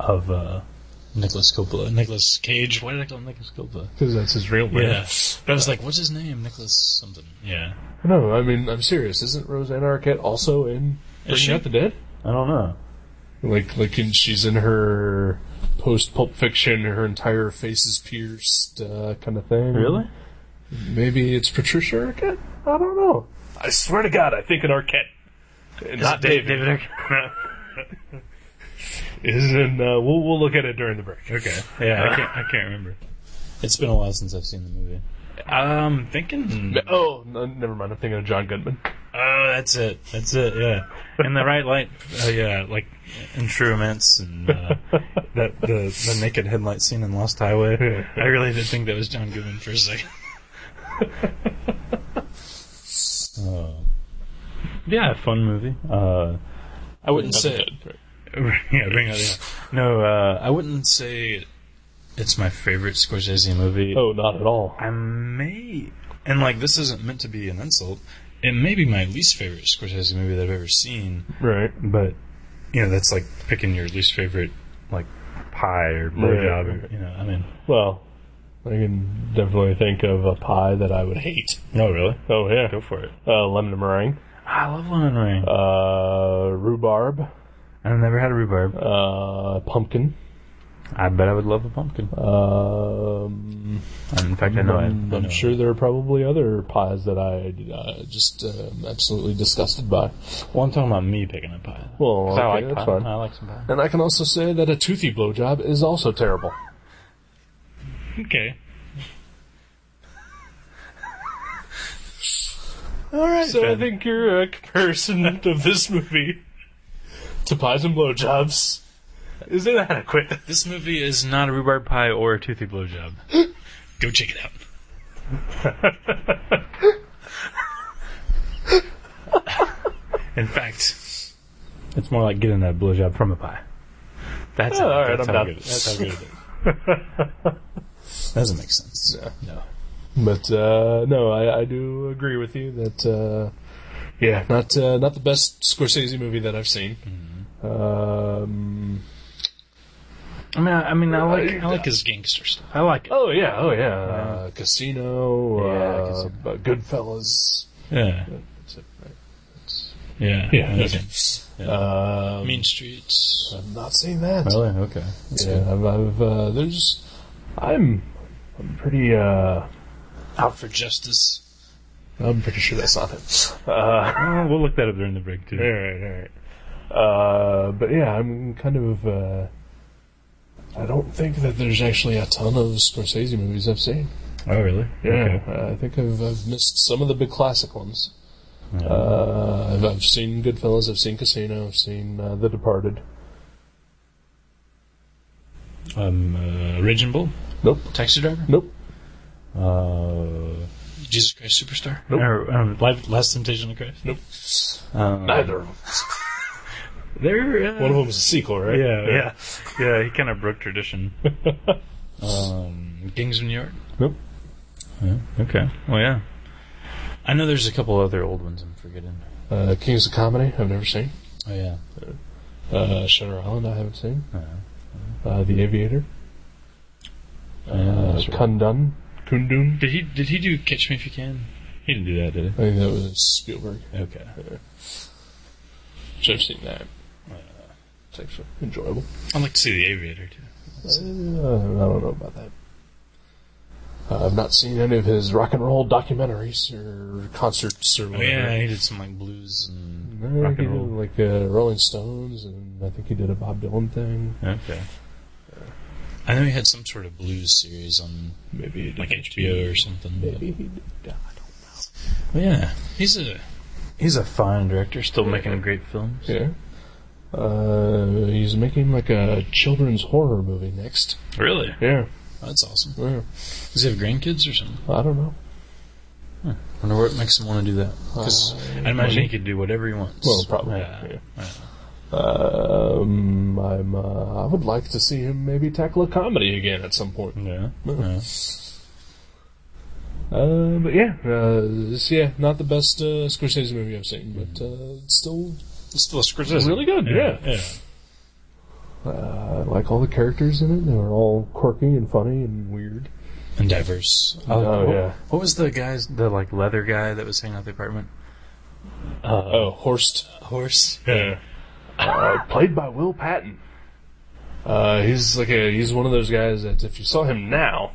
of uh, Nicholas Coppola, Nicholas Cage. Why did I call him Nicholas Coppola? Because that's his real name. Yeah, but I was like, what's his name? Nicholas something. Yeah, No, I mean I'm serious. Isn't Rosanna Arquette also in Bringing Is she? Out the Dead? I don't know. Like like in, she's in her post Pulp Fiction, her entire face is pierced uh, kind of thing. Really? Maybe it's Patricia Arquette. I don't know. I swear to God, I think an Arquette, not David. Arquette. Is in uh, we'll we'll look at it during the break. okay. Yeah, I can't, I can't remember. It's been a while since I've seen the movie. I'm Um, thinking. Oh, no, never mind. I'm thinking of John Goodman. Oh, that's it. That's it. Yeah. In the right light. Oh, yeah. Like in True Romance and uh, that the the naked headlight scene in Lost Highway. I really did think that was John Goodman for a second. Oh. yeah, fun movie. Uh, I wouldn't say. yeah, bring it. Yeah. No, uh, I wouldn't say It's my favorite Scorsese movie. Oh, not at all. I may, and like this isn't meant to be an insult. It may be my least favorite Scorsese movie that I've ever seen, Right. but you know that's like picking your least favorite like pie or blowjob. Or, you know, I mean, Well, I can definitely think of a pie that I would hate. no, really, Oh yeah. go for it. Uh, lemon meringue. I love lemon meringue. Uh, rhubarb. I've never had a rhubarb. Uh, pumpkin. I bet I would love a pumpkin. Um, in fact, I know. I, I I'm, know. I'm sure there are probably other pies that I uh, just uh, am absolutely disgusted by. Well, I'm talking about me picking a pie. Well, 'Cause I okay, like that's pie. fine. I like some pie. And I can also say that a toothy blowjob is also terrible. Okay. All right. So I think your uh, comparison of this movie to pies and blowjobs is inadequate. This movie is not a rhubarb pie or a toothy blowjob. Go check it out. In fact, it's more like getting a blowjob from a pie. Oh, That's all right, that's I'm how done. Good, that's how good it is. Doesn't make sense. No. But uh, no, I, I do agree with you that uh, yeah, not uh, not the best Scorsese movie that I've seen. Um, I mean, I, I mean, I like- I like his gangster stuff. I like it. oh yeah, oh yeah, uh, Casino, Yeah, uh, Casino. uh, Goodfellas. Yeah, That's it, right? yeah, okay. Um, Mean Streets. I've not seen that. Really? Okay. yeah, I've, I've uh, there's I'm I'm pretty uh, Out for Justice. I'm pretty sure that's not it. Uh, Oh, we'll look that up during the break too. All right, all right. Uh, but yeah, I'm kind of. Uh, I don't think that there's actually a ton of Scorsese movies I've seen. Oh, really? Uh, I think I've, I've missed some of the big classic ones. Uh, I've, I've seen Goodfellas, I've seen Casino, I've seen uh, The Departed. Um, uh, Raging Bull, Nope. Taxi Driver, Nope. uh, Jesus Christ Superstar, Nope. or um, Life, Last Temptation of Christ. Nope. Um, Neither of them. They're uh, One of them was a sequel, right? Yeah, yeah, yeah. He kind of broke tradition. um, Gangs of New York. Nope. Yeah, okay. Well, yeah. I know there's a couple other old ones I'm forgetting. Uh, Kings of Comedy, I've never seen. Oh yeah. Uh, Shutter Island, I haven't seen. Uh, the Aviator. Uh, Uh-huh. that's right. Kundun. Kundun. Did he did he do Catch Me If You Can? He didn't do that, did I think that was Spielberg. he? Okay. Should have seen that. It's actually enjoyable. I'd like to see The Aviator too. Uh, I don't know about that. Uh, I've not seen any of his rock and roll documentaries or concerts or Oh, whatever. yeah, he did some like blues and I think rock he and roll. did, like uh, Rolling Stones, and I think he did a Bob Dylan thing. Okay. I know he had some sort of blues series on Maybe he did like HBO or something. but- Maybe he did. I don't But yeah, he's a he's a fine director, still making great films. Yeah. Uh, he's making like a children's horror movie next. Really? Yeah. That's awesome. yeah. Does he have grandkids or something? I don't know. I wonder what makes him want to do that. Because Uh, I imagine he could do whatever he wants. Uh, Well, probably. Yeah. yeah. Um, I'm. Uh, I would like to see him maybe tackle a comedy again at some point. Yeah. Yeah. yeah. Uh, but yeah, uh, it's, yeah, not the best uh, Scorsese movie I've seen, but uh, it's still It's still a Scorsese. Really good, yeah. Yeah. I like all the characters in it. They were all quirky and funny and weird. And diverse. Oh, what, yeah. What was the guy's the like leather guy that was hanging out the apartment? Uh, oh, Horst, Horse. yeah, uh, played by Will Patton. Uh, he's like a he's one of those guys that if you saw him now,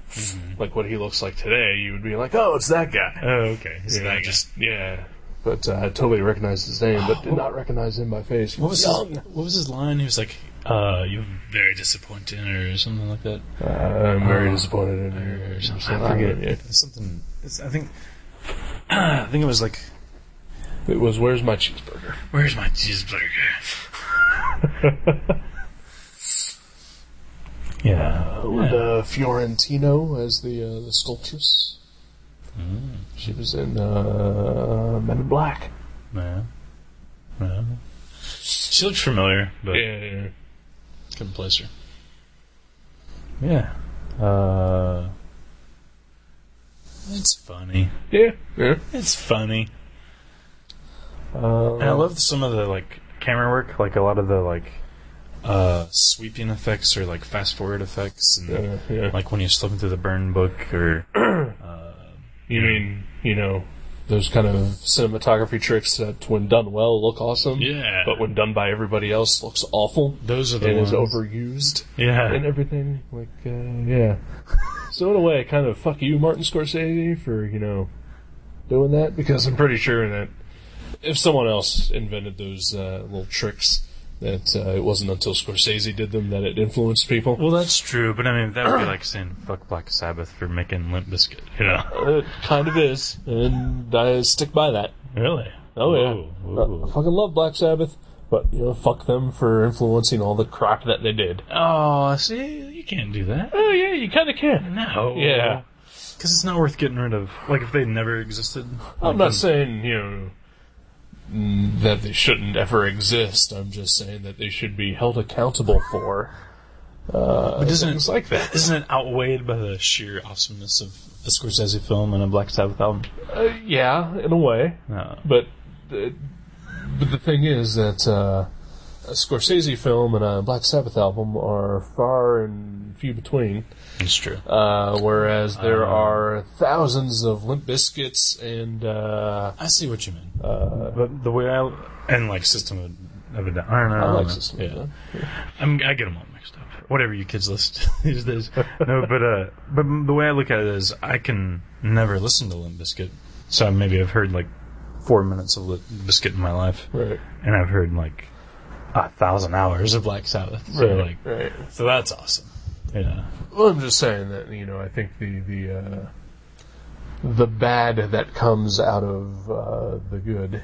like what he looks like today, you would be like, oh, it's that guy. Oh, okay. He's Yeah, that guy. just- yeah. But uh, I totally recognized his name, but did not recognize him by face. He What was young. his, what was his line? He was like, "Uh, you're very disappointing," or something like that. Uh, I'm very Oh. disappointed in Uh, Or her. something. I forget. Something. It's, I think. I think it was like, It was where's my cheeseburger? "Where's my cheeseburger?" yeah. And uh, Fiorentino as the uh, the sculptress. Mm-hmm. She was in uh, Men in Black. Yeah. Yeah. She looked familiar, but Yeah. couldn't place her. Yeah. Uh, it's funny. Yeah, yeah. It's funny. Um, And I love some of the like camera work, like a lot of the like uh, sweeping effects or like fast forward effects, and Yeah, yeah. like when you're slipping through the burn book or You mean, you know, those kind of cinematography tricks that, when done well, look awesome. Yeah. But when done by everybody else, looks awful. those are the and ones. is overused Yeah, and everything. Like, uh, yeah. so in a way, kind of fuck you, Martin Scorsese, for you know doing that because I'm pretty sure that if someone else invented those uh, little tricks, that uh, it wasn't until Scorsese did them that it influenced people. Well, that's true, but I mean that would be like saying "fuck Black Sabbath" for making Limp Biscuit, you know? It kind of is, and I stick by that. Really? Oh yeah, Ooh, Uh, ooh. I fucking love Black Sabbath, but you know, fuck them for influencing all the crap that they did. Oh, see, you can't do that. Oh yeah, you kind of can. No. Yeah. Because it's not worth getting rid of. Like if they never existed. I'm not saying you know mm, that they shouldn't ever exist. I'm just saying that they should be held accountable for But doesn't things it, like that. isn't it outweighed by the sheer awesomeness of a Scorsese film and a Black Sabbath album? Uh, yeah, in a way, No. but uh, but the thing is that uh, a Scorsese film and a Black Sabbath album are far and few between. It's true. Uh, whereas there Um, are thousands of Limp Biscuits and uh, I see what you mean. Uh, but the way I and like System of, of a Down. I don't know. I I don't like know. this one, Yeah. though. I'm, I get them all mixed up. Whatever you kids listen to these days. No, but uh, but the way I look at it is, I can never listen to Limp Bizkit, so maybe I've heard like four minutes of Limp Bizkit in my life, Right. and I've heard like a thousand hours of Black Sabbath. So like, Right. so that's awesome. Yeah. Well, I'm just saying that you know I think the the uh, the bad that comes out of uh, the good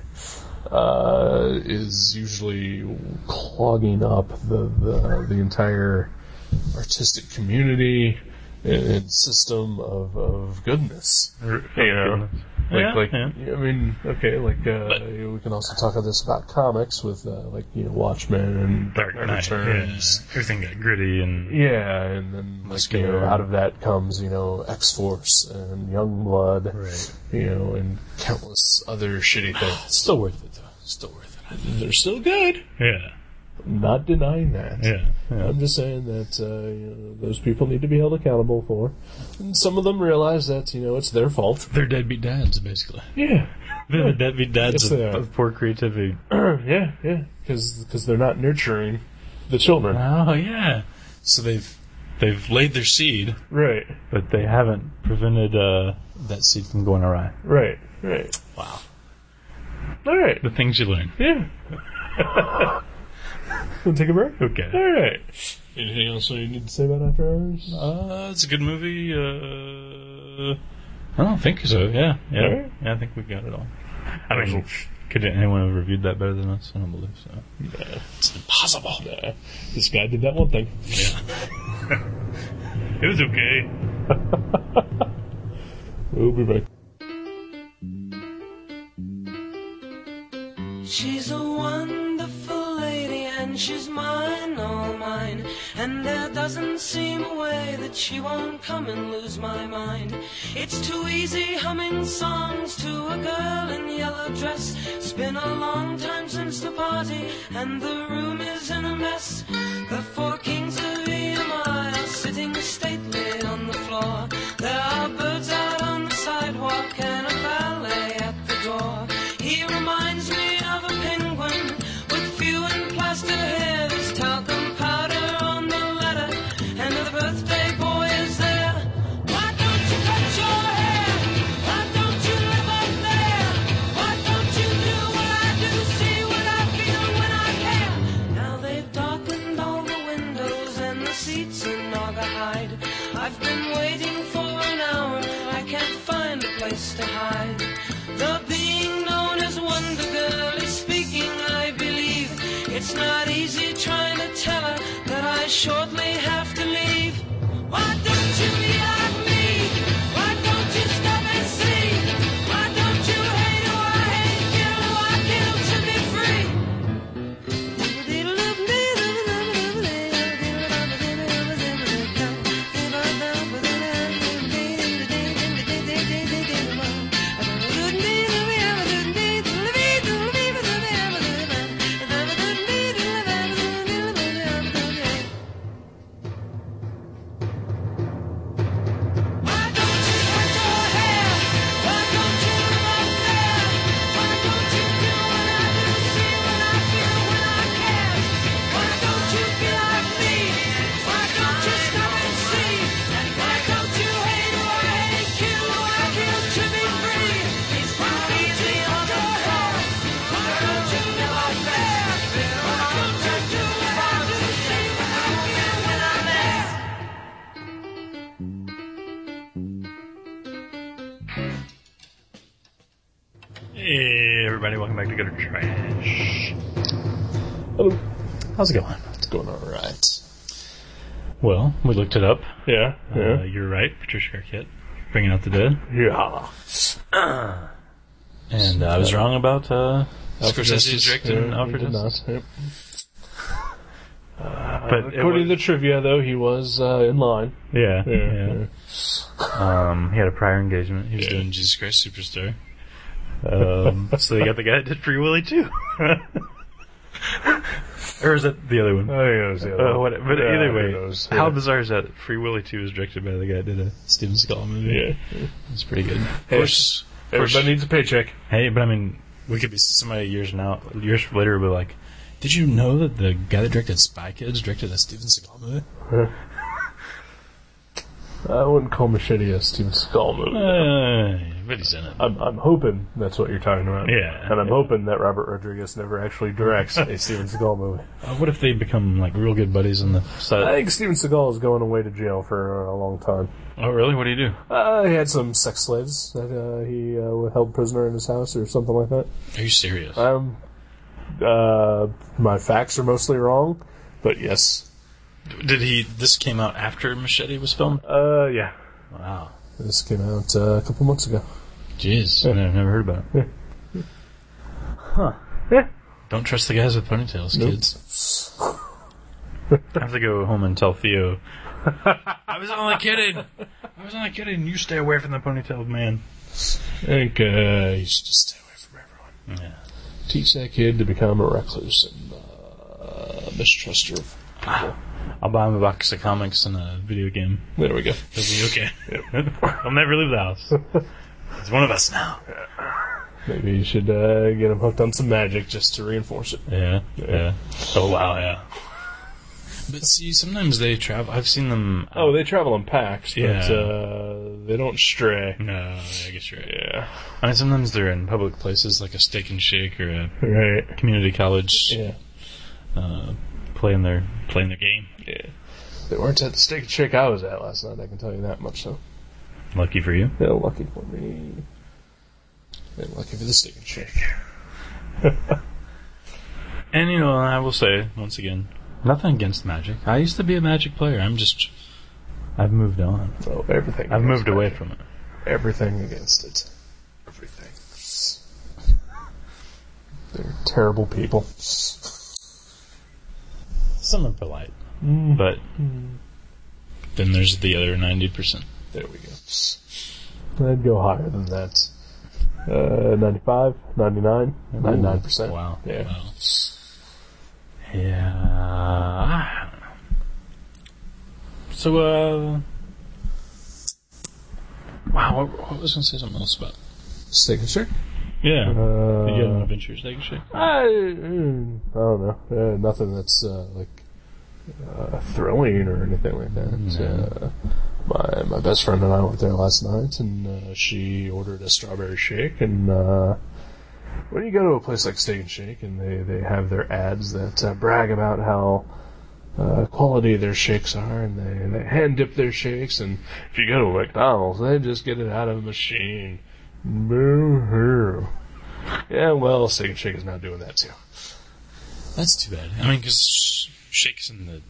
uh, is usually clogging up the the, the entire artistic community and, and system of, of goodness. You know, like oh, Yeah, like yeah. I mean, okay, like uh, you know, we can also talk of this about comics with uh, like you know Watchmen and Dark Knight Knight. Yeah. Returns. Everything got gritty and Yeah, and then like, you know, Mascara. out of that comes you know X Force and Youngblood, Right. you know, and countless other shitty things. still worth it though. Still worth it. They're still good. Yeah. Not denying that. Yeah. yeah. I'm just saying that uh, you know, those people need to be held accountable for, and some of them realize that you know it's their fault. They're deadbeat dads, basically. Yeah, They're the deadbeat dads Yes, of, they are. of poor creativity. yeah, yeah, because they're not nurturing the children. Oh yeah. So they've they've laid their seed, Right, but they haven't prevented uh, that seed from going awry. right, right. Wow. All right. The things you learn. Yeah. Wanna take a break? All Okay. right. Anything else you need to say about After Hours? Uh, it's a good movie. Uh, I don't think so. Yeah. Yeah. All right. yeah. I think we got it all. I mean, could anyone have reviewed that better than us? I don't believe so. It's impossible. Nah, this guy did that one thing. It was okay. We'll be back. She's a wonderful lady and she's mine, all mine. And there doesn't seem a way that she won't come and lose my mind. It's too easy humming songs to a girl in yellow dress. It's been a long time since the party and the room is in a mess. The four kings of EMI are sitting stately on the floor. There are birds out on the sidewalk and a ballet at the door. He reminds me of a penguin with few and plaster hair. There's talcum powder on the letter, and the birthday boy is there. Why don't you cut your hair? Why don't you live up there? Why don't you do what I do? See what I feel when I care. Now they've darkened all the windows and the seats in Naugahyde. I've been waiting for an hour. I can't find a place to hide. The being known as Wonder Girl is speaking, I believe. It's not easy trying to tell her that I shortly have to leave. Why don't you yell at me? Why don't you stop and see? Why don't you hate who I hate, kill who I kill to be free? Hey, everybody, welcome back to Go to Trash. Hello. How's it going? Oh, It's going all right. Well, we looked it up. Yeah, Uh, yeah, you're right, Patricia Arquette, bringing out the dead. yeah. And uh, I was wrong about uh, Scorsese's Yeah, directed and he Alfred did Hitchcock. not. Yep. But it According to was- the trivia, though, he was uh, in line. yeah, Yeah, yeah. Um, he had a prior engagement. He was doing Jesus Christ Superstar. Um, so they got the guy that did Free Willy too. or is that the other one? I think Oh, it was the other Uh, one. what, but Yeah, either who way, knows? how Yeah. bizarre is that? Free Willy 2 is directed by the guy that did a Steven Seagal movie. Yeah. It's pretty good. Of course- course- Everybody needs a paycheck. Hey, but I mean, we could be somebody years now, years later, would be like, did you know that the guy that directed Spy Kids directed a Steven Seagal movie? I wouldn't call Machete a Steven Seagal movie. Uh, but he's in it. I'm, I'm hoping that's what you're talking about. Yeah. And I'm hoping that Robert Rodriguez never actually directs a Steven Seagal movie. Uh, what if they become like real good buddies on the I side? think Steven Seagal is going away to jail for uh, a long time. Oh, really? What do you do? Uh, he had some sex slaves that uh, he uh, held prisoner in his house or something like that. Are you serious? I'm, uh, my facts are mostly wrong, but yes. Did he? This came out after Machete was filmed. Uh, yeah. Wow. This came out uh, a couple months ago. Jeez, I've never heard about it. Huh. Yeah. Don't trust the guys with ponytails, kids. I have to go home and tell Theo. I was only kidding. I was only kidding. You stay away from the ponytailed man. I think uh, you should just stay away from everyone. Yeah. Teach that kid to become a recluse and uh, mistruster of. I'll buy him a box of comics and a video game. There we go. He'll be okay. I'll never leave the house. He's one of us now. Maybe you should uh, get him hooked on some magic just to reinforce it. Yeah, yeah. Oh wow, yeah. But see, sometimes they travel. I've seen them. Oh, they travel in packs, but Yeah. uh, they don't stray. uh, No, I guess you're right. Yeah. I mean, sometimes they're in public places like a steak and shake or a Right. community college Yeah. uh, playing their playing their game. Yeah. They weren't at the steak and shake I was at last night, I can tell you that much, so. Lucky for you. They're lucky for me. They're lucky for the steak and shake. And you know, I will say once again, nothing against Magic. I used to be a Magic player. I'm just, I've moved on. So, everything. I've against moved away magic. from it. Everything against it. Everything. They're terrible people. Some are polite, Mm, but then there's the other ninety percent. There we go. I'd go higher than that. Uh, 95, 99, 99%. Wow. Yeah. Wow. Yeah. I don't know. So, uh. Wow, what, what was going to say something else about? Steak and shake? Yeah. Uh, Did you have an adventure steak and shake? I, mm, I don't know. Uh, nothing that's uh, like uh, thrilling or anything like that. Uh, my my best friend and I went there last night, and uh, she ordered a strawberry shake. And uh, when you go to a place like Steak and Shake, and they they have their ads that uh, brag about how. Uh, quality their shakes are, and they, they hand dip their shakes. And if you go to McDonald's, they just get it out of a machine. Boo hoo! Yeah, well, Steak and Shake is not doing that too. That's too bad. I mean, because shake's in the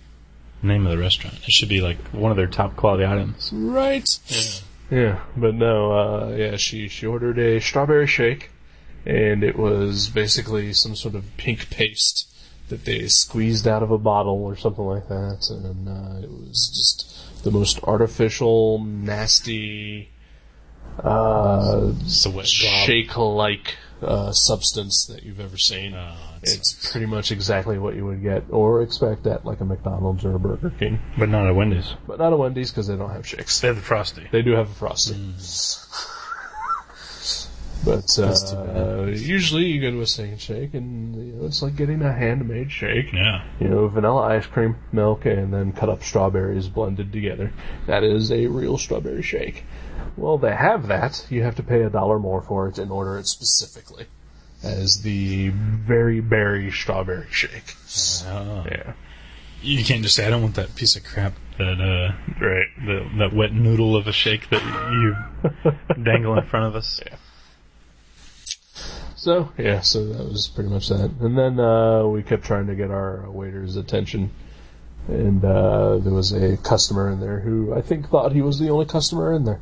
name of the restaurant. It should be like one of their top quality items. Right. Yeah. Yeah, but no, uh, yeah, she, she ordered a strawberry shake, and it was basically some sort of pink paste that they squeezed out of a bottle or something like that, and uh, it was just the most artificial, nasty, uh, So what? shake-like uh, substance that you've ever seen. Uh, it's- It's pretty much exactly what you would get or expect at like a McDonald's or a Burger King, but not at Wendy's. but not a Wendy's because they don't have shakes. They have the Frosty. They do have a frosty. But too uh, usually you go to a steak and shake, and you know, it's like getting a handmade shake. Yeah. You know, vanilla ice cream, milk, and then cut up strawberries blended together. That is a real strawberry shake. Well, they have that. You have to pay a dollar more for it and order it specifically as the very berry strawberry shake. Oh. Yeah, You can't just say, I don't want that piece of crap that, uh, right. the, that wet noodle of a shake that you dangle in front of us. So yeah, so that was pretty much that. And then uh, we kept trying to get our waiter's attention, and uh, there was a customer in there who I think thought he was the only customer in there.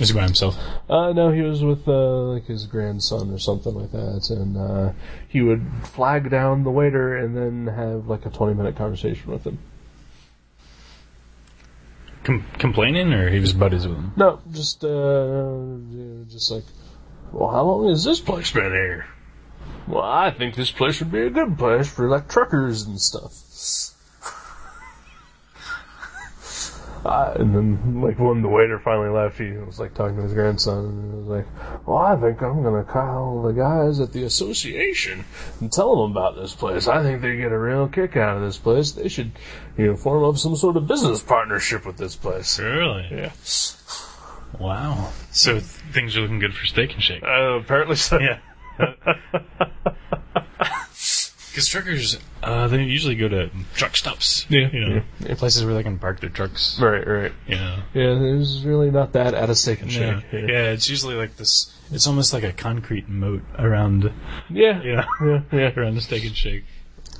Was he by himself? Uh, no, he was with uh, like his grandson or something like that, and uh, he would flag down the waiter and then have like a twenty-minute conversation with him. Com- complaining, or he was buddies with him? No, just uh, yeah, just like, well, how long has this place been here? Well, I think this place would be a good place for like truckers and stuff. I, and then, like, when the waiter finally left, he was like talking to his grandson, and he was like, "Well, I think I'm gonna call the guys at the association and tell them about this place. I think they get a real kick out of this place. They should, you know, form up some sort of business partnership with this place." Really? Yeah. Wow. So th- things are looking good for Steak and Shake. Uh, apparently so. Yeah. Because truckers, uh, they usually go to truck stops. Yeah. You know, places where they can park their trucks. Right, right. You know. Yeah, there's really not that at a steak and Yeah. shake. yeah, it's usually like this. It's almost like a concrete moat around, Yeah. you know, Yeah, yeah. around the Steak and Shake.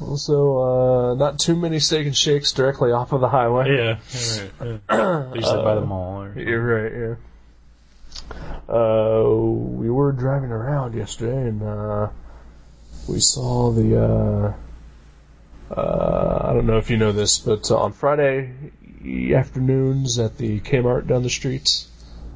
Also, uh, not too many steak and shakes directly off of the highway. Yeah. Uh, right. yeah. usually by the mall. Or, You're right, yeah. Uh, we were driving around yesterday and, uh, we saw the, uh, uh, I don't know if you know this, but uh, on Friday afternoons at the Kmart down the street,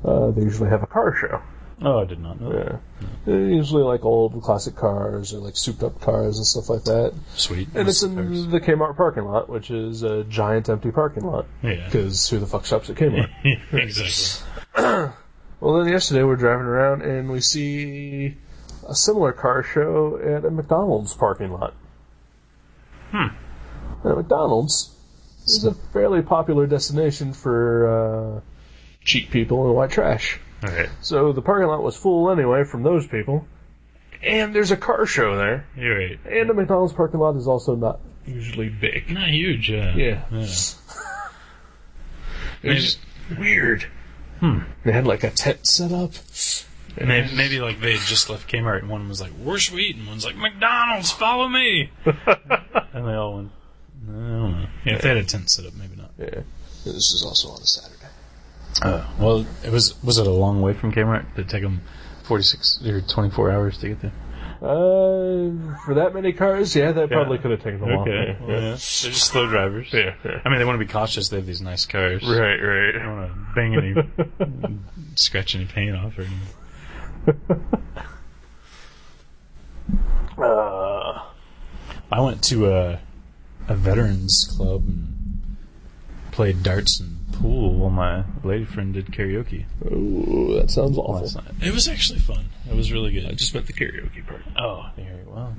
uh, they usually have a car show. oh, I did not know that. Yeah. They're usually like old classic cars or like souped up cars and stuff like that. Sweet. And it's in Cars. the Kmart parking lot, which is a giant empty parking lot. Yeah. Because who the fuck shops at Kmart? exactly. well, then yesterday we're driving around and we see a similar car show at a McDonald's parking lot. Hmm. At McDonald's is a fairly popular destination for uh, cheap people and white trash. All right. So the parking lot was full anyway from those people. And there's a car show there. You're right. And the McDonald's parking lot is also not usually big. Not huge. Uh, Yeah. yeah. It was just weird. Hmm. They had like a tent set up. Maybe, maybe like they had just left Kmart and one was like, "We're sweet," and one's like, "McDonald's, follow me," and they all went. I don't know. Yeah, if they had a tent set up, maybe not. Yeah. This is also on a Saturday. Uh, well, it was was it a long way from Kmart? Did it take them forty six or twenty four hours to get there? Uh, for that many cars, yeah, that probably could have taken a while. Well, yeah. They're just slow drivers. Yeah, yeah. I mean, they want to be cautious. They have these nice cars. Right, They right. don't want to bang any, scratch any paint off or anything. Uh, I went to a a veterans club and played darts and pool while my lady friend did karaoke ooh, that sounds awful. last night. It was actually fun. It was really good. just meant the karaoke part. oh, there you well.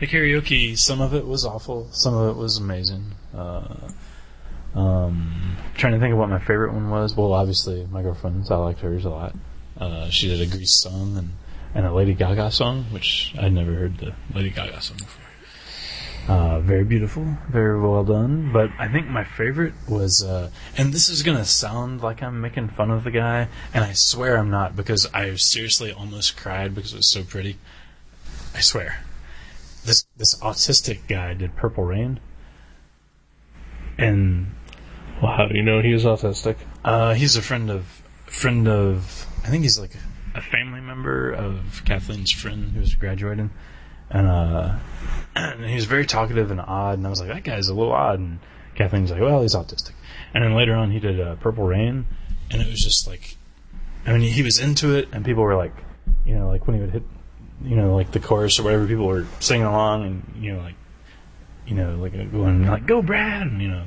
The karaoke, some of it was awful, some of it was amazing. Uh, um, trying to think of what my favorite one was. Well, obviously my girlfriend's. I liked hers a lot. Uh, she did a Grease song and and a Lady Gaga song, which I'd never heard the Lady Gaga song before. Uh, very beautiful, very well done. But I think my favorite was, uh, and this is gonna sound like I'm making fun of the guy, and I swear I'm not because I seriously almost cried because it was so pretty. I swear, this this autistic guy did Purple Rain, and Well, how do you know he was autistic? uh, he's a friend of friend of I think he's like a family member of Kathleen's friend who was graduating, and uh, and he was very talkative and odd, and I was like that guy's a little odd, and Kathleen's like well he's autistic, and then later on he did uh, Purple Rain, and it was just like, I mean he was into it, and people were like, you know like when he would hit, you know like the chorus or whatever, people were singing along, and you know like, you know like going like go Brad, and you know,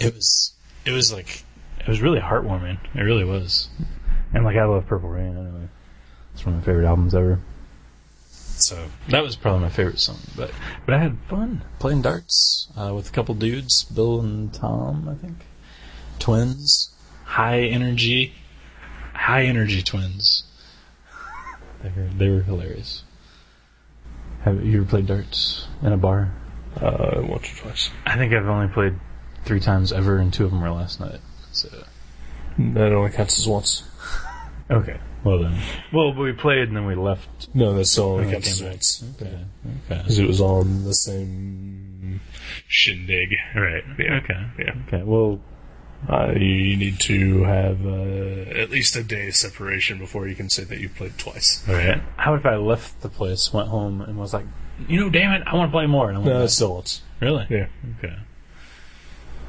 it was it was like it was really heartwarming. It really was. And like I love Purple Rain anyway. It's one of my favorite albums ever. So that was probably my favorite song. But but I had fun playing darts uh, with a couple dudes, Bill and Tom, I think, twins, high energy, high energy twins. They were they were hilarious. Have you ever played darts in a bar? Uh, once or twice. I think I've only played three times ever, and two of them were last night. So. That only counts as once. Okay. Well then. Well, we played and then we left. No, that's all Okay, came on back. Saints. Okay. Okay. Because it was all on the same shindig. Right. Okay. Yeah. Okay. Well, Uh, you, you need to have uh, at least a day separation before you can say that you played twice. all right. How if I left the place, went home, and was like, you know, damn it, I want to play more. And I went No, back? it's still once. Really? Yeah. Okay.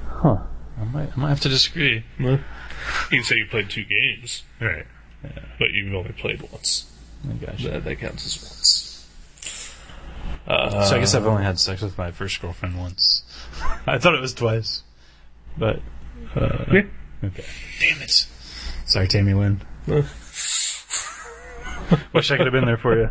Huh. I might, I might have to disagree. You can say you played two games, All right. but you've only played once. I got you. That, that counts as once. so I guess I've only had sex with my first girlfriend once. I thought it was twice, but uh, Yeah. okay. Damn it! Sorry, Tammy Lynn. Uh. Wish I could have been there for you.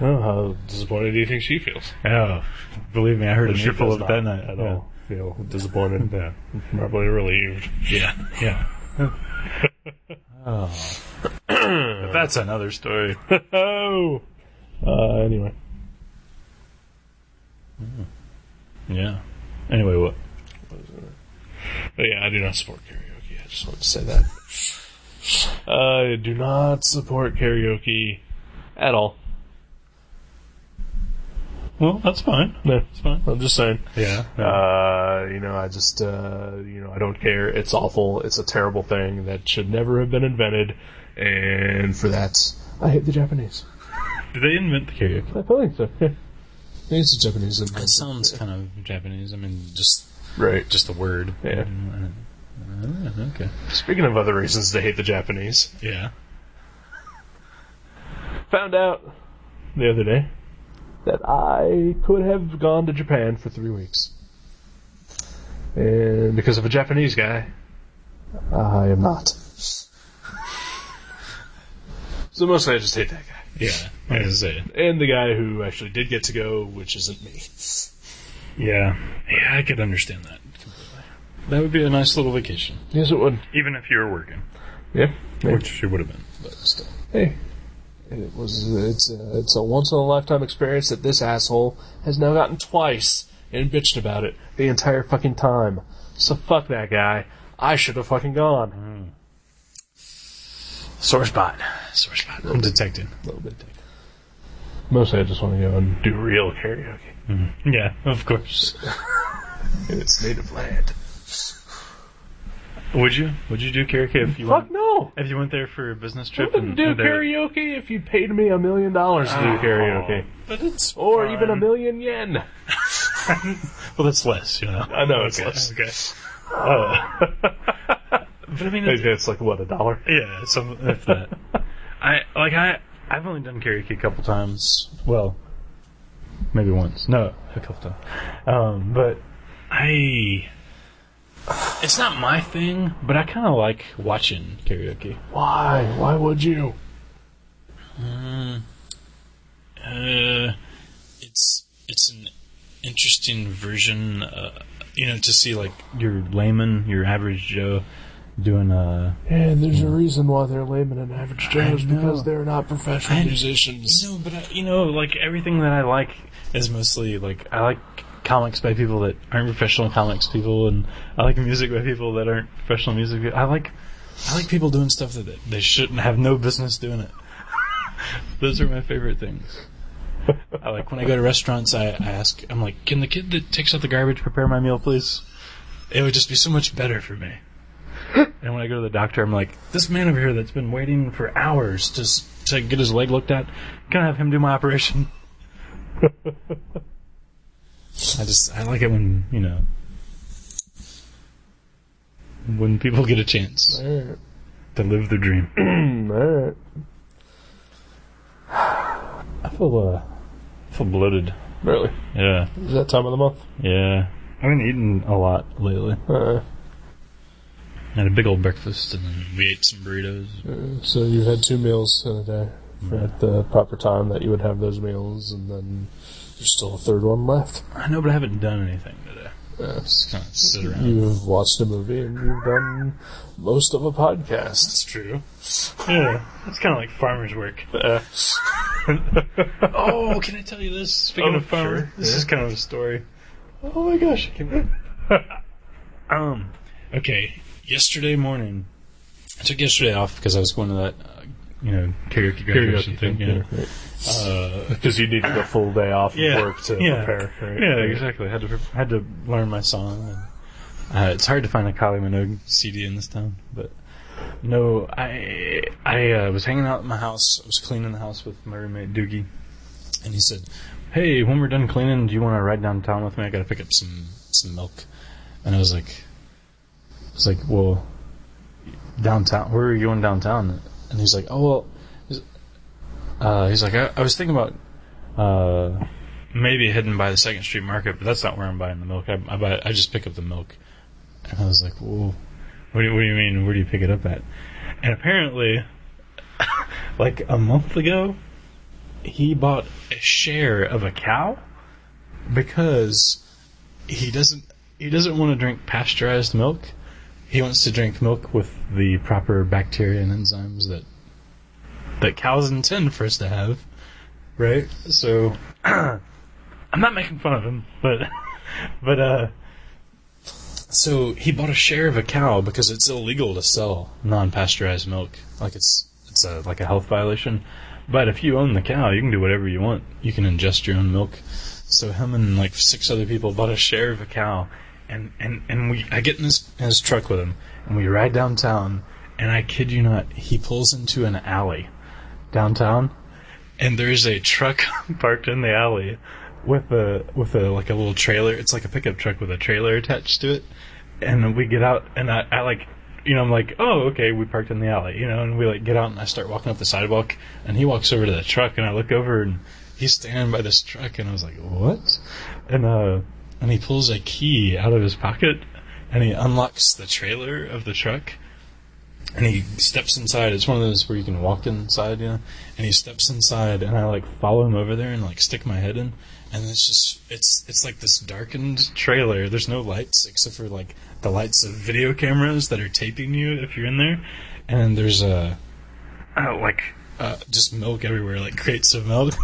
Oh, how disappointed do you think she feels? Oh, believe me, I heard a She nipple does of not that night at Yeah. all. Feel disappointed. Yeah. Probably relieved. Yeah. Yeah. oh. But that's another story. oh. Uh, anyway, Yeah. Anyway, what? but yeah, I do not support karaoke. I just want to say that. I do not support karaoke at all. Well, that's fine. No, That's fine. I'm just saying. Yeah. Uh, you know, I just, uh, you know, I don't care. It's awful. It's a terrible thing that should never have been invented. And for that, I hate the Japanese. Did they invent the karaoke? I think so. Yeah. It's a Japanese invention. That sounds kind of Japanese. I mean, just right. just the word. Mm, Yeah. Uh, okay. Speaking of other reasons to hate the Japanese, Yeah. found out the other day that I could have gone to Japan for three weeks, and because of a Japanese guy, I am not. so mostly, I just hate that guy. Yeah. I was gonna say. and the guy who actually did get to go, which isn't me. Yeah. Yeah, I could understand that completely. That would be a nice little vacation, Yes, it would. even if you were working, Yeah. which you would have been. But still. Hey, it was. It's a, it's a once in a lifetime experience that this asshole has now gotten twice and bitched about it the entire fucking time. So fuck that guy. I should have fucking gone. Sore spot. Sore spot. I'm detected. A little bit. Mostly, I just want to go and do real karaoke Yeah, of course. in its native land. Would you? Would you do karaoke if you Fuck went? no. If you went there for a business I trip wouldn't and do and they- karaoke if you paid me a million dollars to do karaoke, but it's or fun. even a million yen. well, that's less, you know. I know Oh. it's Okay, less. Okay. Uh, but I mean, it's, It's like what a dollar. yeah, some if that. I like I I've only done karaoke a couple times. Well, maybe once. No, a couple times. Um, but I. It's not my thing, but I kind of like watching karaoke. Why? Why would you? Uh, it's it's an interesting version, uh, you know, to see like your layman, your average Joe, doing uh, a. And there's a reason why they're laymen and average Joes know. because they're not professional I- musicians. No, but I, you know, like everything that I like is mostly like I like comics by people that aren't professional comics people, and I like music by people that aren't professional music. pe- I like I like people doing stuff that they- they shouldn't have no business doing it. Those are my favorite things. I like when I go to restaurants, I, I ask, I'm like, can the kid that takes out the garbage prepare my meal, please? It would just be so much better for me. And when I go to the doctor, I'm like, this man over here that's been waiting for hours to s- to get his leg looked at, can I have him do my operation? I just I like it when you know when people get a chance Alright. to live their dream. Alright. I feel uh, I feel bloated. Really? Yeah, Is that time of the month? yeah. I've been eating a lot lately. Uh, I had a big old breakfast and then we ate some burritos. so you had two meals in a day at the proper time that you would have those meals, and then there's still a third one left. I know, but I haven't done anything today. Uh-uh. Just kind of sit around. You've watched a movie and you've done most of a podcast. That's true. Yeah, it's kind of like farmer's work. Uh-uh. oh, can I tell you this? Speaking Oh, of farmer, sure. this is kind of a story. Oh my gosh! Um, okay, yesterday morning, I took yesterday off because I was going to that, uh, you know, karaoke graduation Karaoke thing. Yeah. Because Uh, you need the full day off of Yeah, work to yeah. prepare. right? Yeah, exactly. Had to pre- had to learn my song. And, uh, it's hard to find a Kylie Minogue CD in this town, but no, I I uh, was hanging out at my house. I was cleaning the house with my roommate Doogie, and he said, "Hey, when we're done cleaning, do you want to ride downtown with me? I got to pick up some some milk." And I was like, I was like, "Well, downtown? Where are you going downtown?" And he's like, "Oh well." he's- Uh, he's like, I, I was thinking about uh, maybe hidden by the Second Street Market, but that's not where I'm buying the milk. I, I buy, I just pick up the milk. And I was like, "Whoa, what do, you- what do you mean? Where do you pick it up at?" And apparently, like a month ago, he bought a share of a cow because he doesn't he doesn't want to drink pasteurized milk. He wants to drink milk with the proper bacteria and enzymes that that cows intend for us to have. Right? So I'm not making fun of him, but but uh so he bought a share of a cow because it's illegal to sell non-pasteurized milk. Like it's it's a, like a health violation. But if you own the cow, you can do whatever you want. You can ingest your own milk. So him and like six other people bought a share of a cow, and and and we I get in his in his truck with him, and we ride downtown. And I kid you not, he pulls into an alley downtown, and there's a truck parked in the alley with a with a like a little trailer. It's like a pickup truck with a trailer attached to it. And we get out, and I, I like, you know, I'm like, oh, okay, we parked in the alley, you know, and we like get out, and I start walking up the sidewalk, and he walks over to the truck, and I look over, and he's standing by this truck, and I was like, what? And uh, and he pulls a key out of his pocket, and he unlocks the trailer of the truck, and he steps inside. It's one of those where you can walk inside, you know. And he steps inside, and I like follow him over there and like stick my head in, and it's just it's it's like this darkened trailer. There's no lights except for like the lights of video cameras that are taping you if you're in there, and there's a uh, like uh, just milk everywhere, like crates of milk.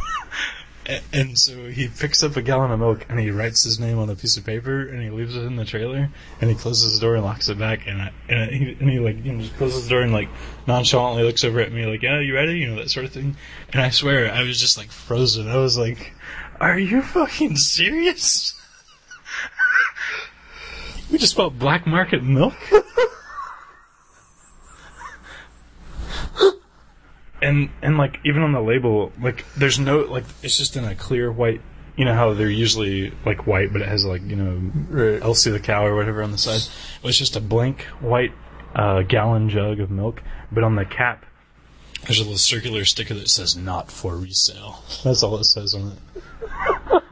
A- And so he picks up a gallon of milk and he writes his name on a piece of paper and he leaves it in the trailer and he closes the door and locks it back and I, and, I, he, and he like you know, just closes the door and like nonchalantly looks over at me like yeah you ready you know that sort of thing and I swear I was just like frozen I was like are you fucking serious we just bought black market milk and and like even on the label, like there's no like it's just in a clear white. You know how they're usually like white, but it has like you know Right. Elsie the cow or whatever on the side. It was just a blank white uh, gallon jug of milk, but on the cap there's a little circular sticker that says "not for resale." That's all it says on it.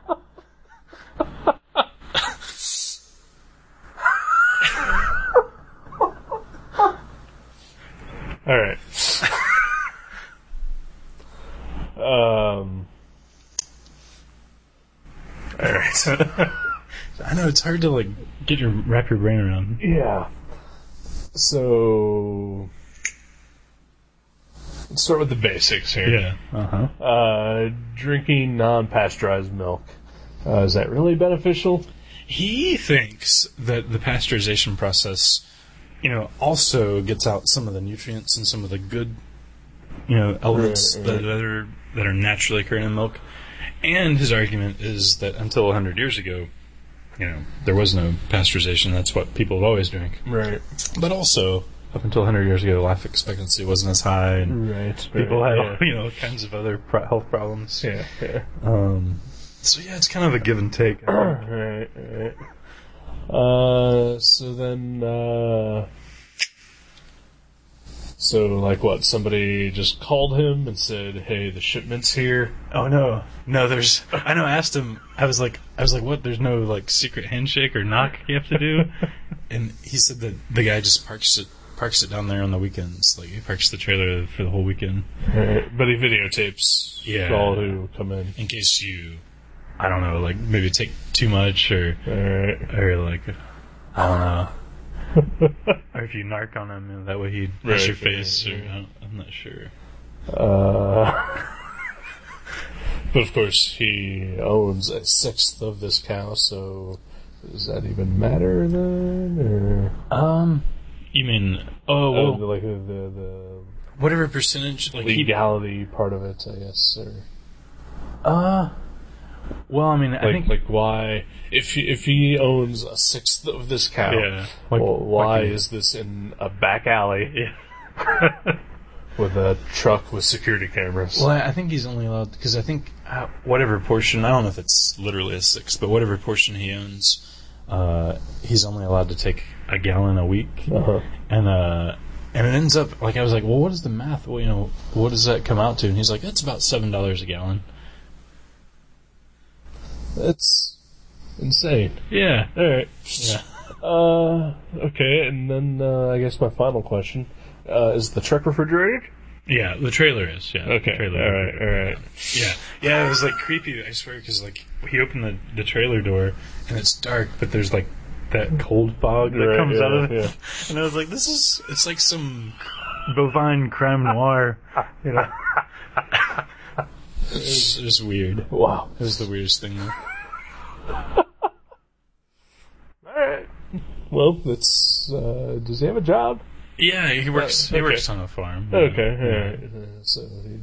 All right. um. All right. I know it's hard to like get your wrap your brain around. yeah. So. Let's start with the basics here. Yeah. Uh huh. Uh, drinking non-pasteurized milk. Uh, is that really beneficial? he thinks that the pasteurization process, you know, also gets out some of the nutrients and some of the good, you know, elements Right, That, are that are naturally occurring in milk. And his argument is that until 100 years ago, you know, there was no pasteurization. That's what people have always drank. Right. But also, up until 100 years ago, life expectancy wasn't as high, and Mm. Right. people had, yeah. you know, all kinds of other pro- health problems. Yeah. yeah. Um, so yeah, it's kind of a give and take. Right, right. Uh, so then, uh, so like what? Somebody just called him and said, "Hey, the shipment's here." Oh no, no. There's. I know. I asked him. I was like, I was like, what? There's no like secret handshake or knock you have to do. and he said that the guy just parks it, parks it down there on the weekends. Like he parks the trailer for the whole weekend But he videotapes Yeah. all who come in. in case you, I don't know, like maybe take too much or Alright. or like, I don't know. or if you narc on him, you know, that way he Right, hits your right, face. right, Or I don't, I'm not sure. Uh, but of course, he owns a sixth of this cow, so does that even matter then? Or Um, you mean Oh, Uh, well, the, like the the, whatever percentage, the like he, legality part of it, I guess. Or, uh, well, I mean, I like think like why if he, if he owns a sixth of this cow, Yeah. well, Like- why like- is this in a back alley yeah. with a truck with security cameras? Well, I I think he's only allowed because I think uh, whatever portion I don't know if it's literally a sixth, but whatever portion he owns, uh, he's only allowed to take a gallon a week, Uh-huh. and uh, and it ends up like I was like, well, what is the math? Well, you know, what does that come out to? And he's like, that's about seven dollars a gallon. That's insane. Yeah, All right. yeah. Uh, okay, and then uh, I guess my final question uh, is the truck refrigerated? Yeah, the trailer is. Yeah. Okay, The trailer all right, all right. Yeah. Yeah, it was like creepy, I swear, because like he opened the, the trailer door and it's dark, but there's like that cold fog that Right, comes yeah, out of it. yeah. And I was like, this is, it's like some bovine crime noir, you know? it, was, it was weird. It Wow. was the weirdest thing. All right. Well, that's. Uh, does he have a job? Yeah, he works, okay. he works on a farm. all right. Uh, so he,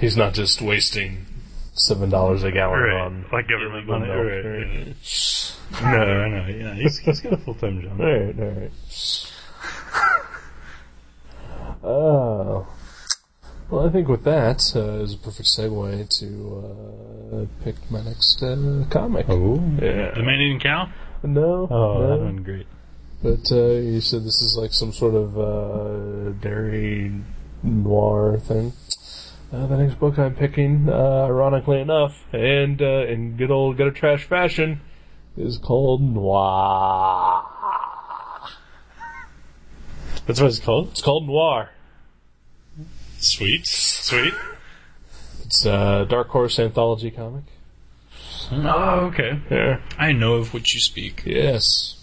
he's not just wasting seven dollars a gallon on Like government on money. milk. Right, right. No, no, yeah, he's, he's got a full-time job. All right, all right. Oh. Well, I think with that uh, is a perfect segue to uh, pick my next uh, comic. Oh, Yeah. The man-eating cow? No, Oh, that no. one great. But uh, you said this is like some sort of uh, dairy noir thing. Uh, the next book I'm picking, uh, ironically enough, and uh, in good old gutter trash fashion, is called Noir. That's what it's called. It's called Noir. Sweet, sweet. It's uh, a Dark Horse anthology comic. Oh, okay. Yeah. I know of what you speak. Yes.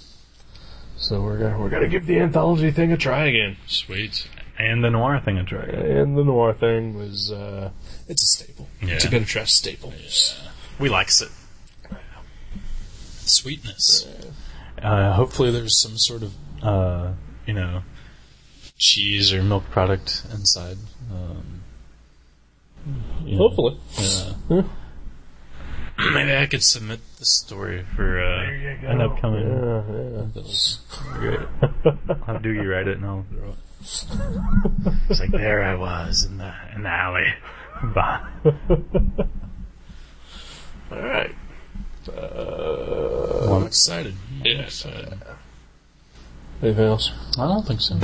So we're gonna we're gonna give the anthology thing a try again. Sweet. And the noir thing, that's right. And the Noir thing was uh, it's a staple. It's a Yeah. gutter trash staple. We likes it. Sweetness. Uh, hopefully, there's some sort of uh, you know cheese or milk product inside. Um, you know, Hopefully. yeah. Yeah. Maybe I could submit the story for uh, an upcoming. Yeah, yeah. Great. I'll Doogie write it and I'll throw it. It's like there I was in the in the alley. Bah. All right. Well, I'm excited. Yeah, excited. Anything else? I don't think so.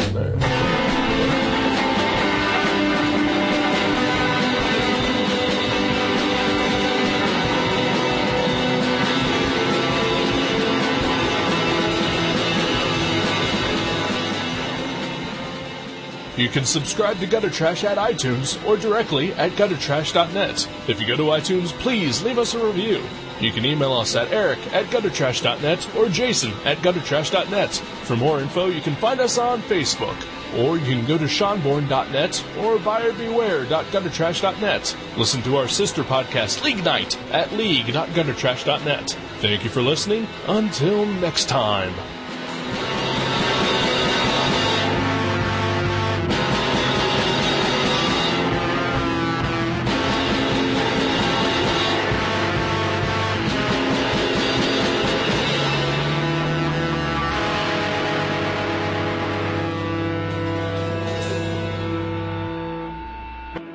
You can subscribe to Gutter Trash at iTunes or directly at guttertrash.net. If you go to iTunes, please leave us a review. You can email us at eric at guttertrash.net or jason at guttertrash.net. For more info, you can find us on Facebook. Or you can go to seanborn.net or buyerbeware.guttertrash.net. Listen to our sister podcast, League Night, at league.guttertrash.net. Thank you for listening. Until next time.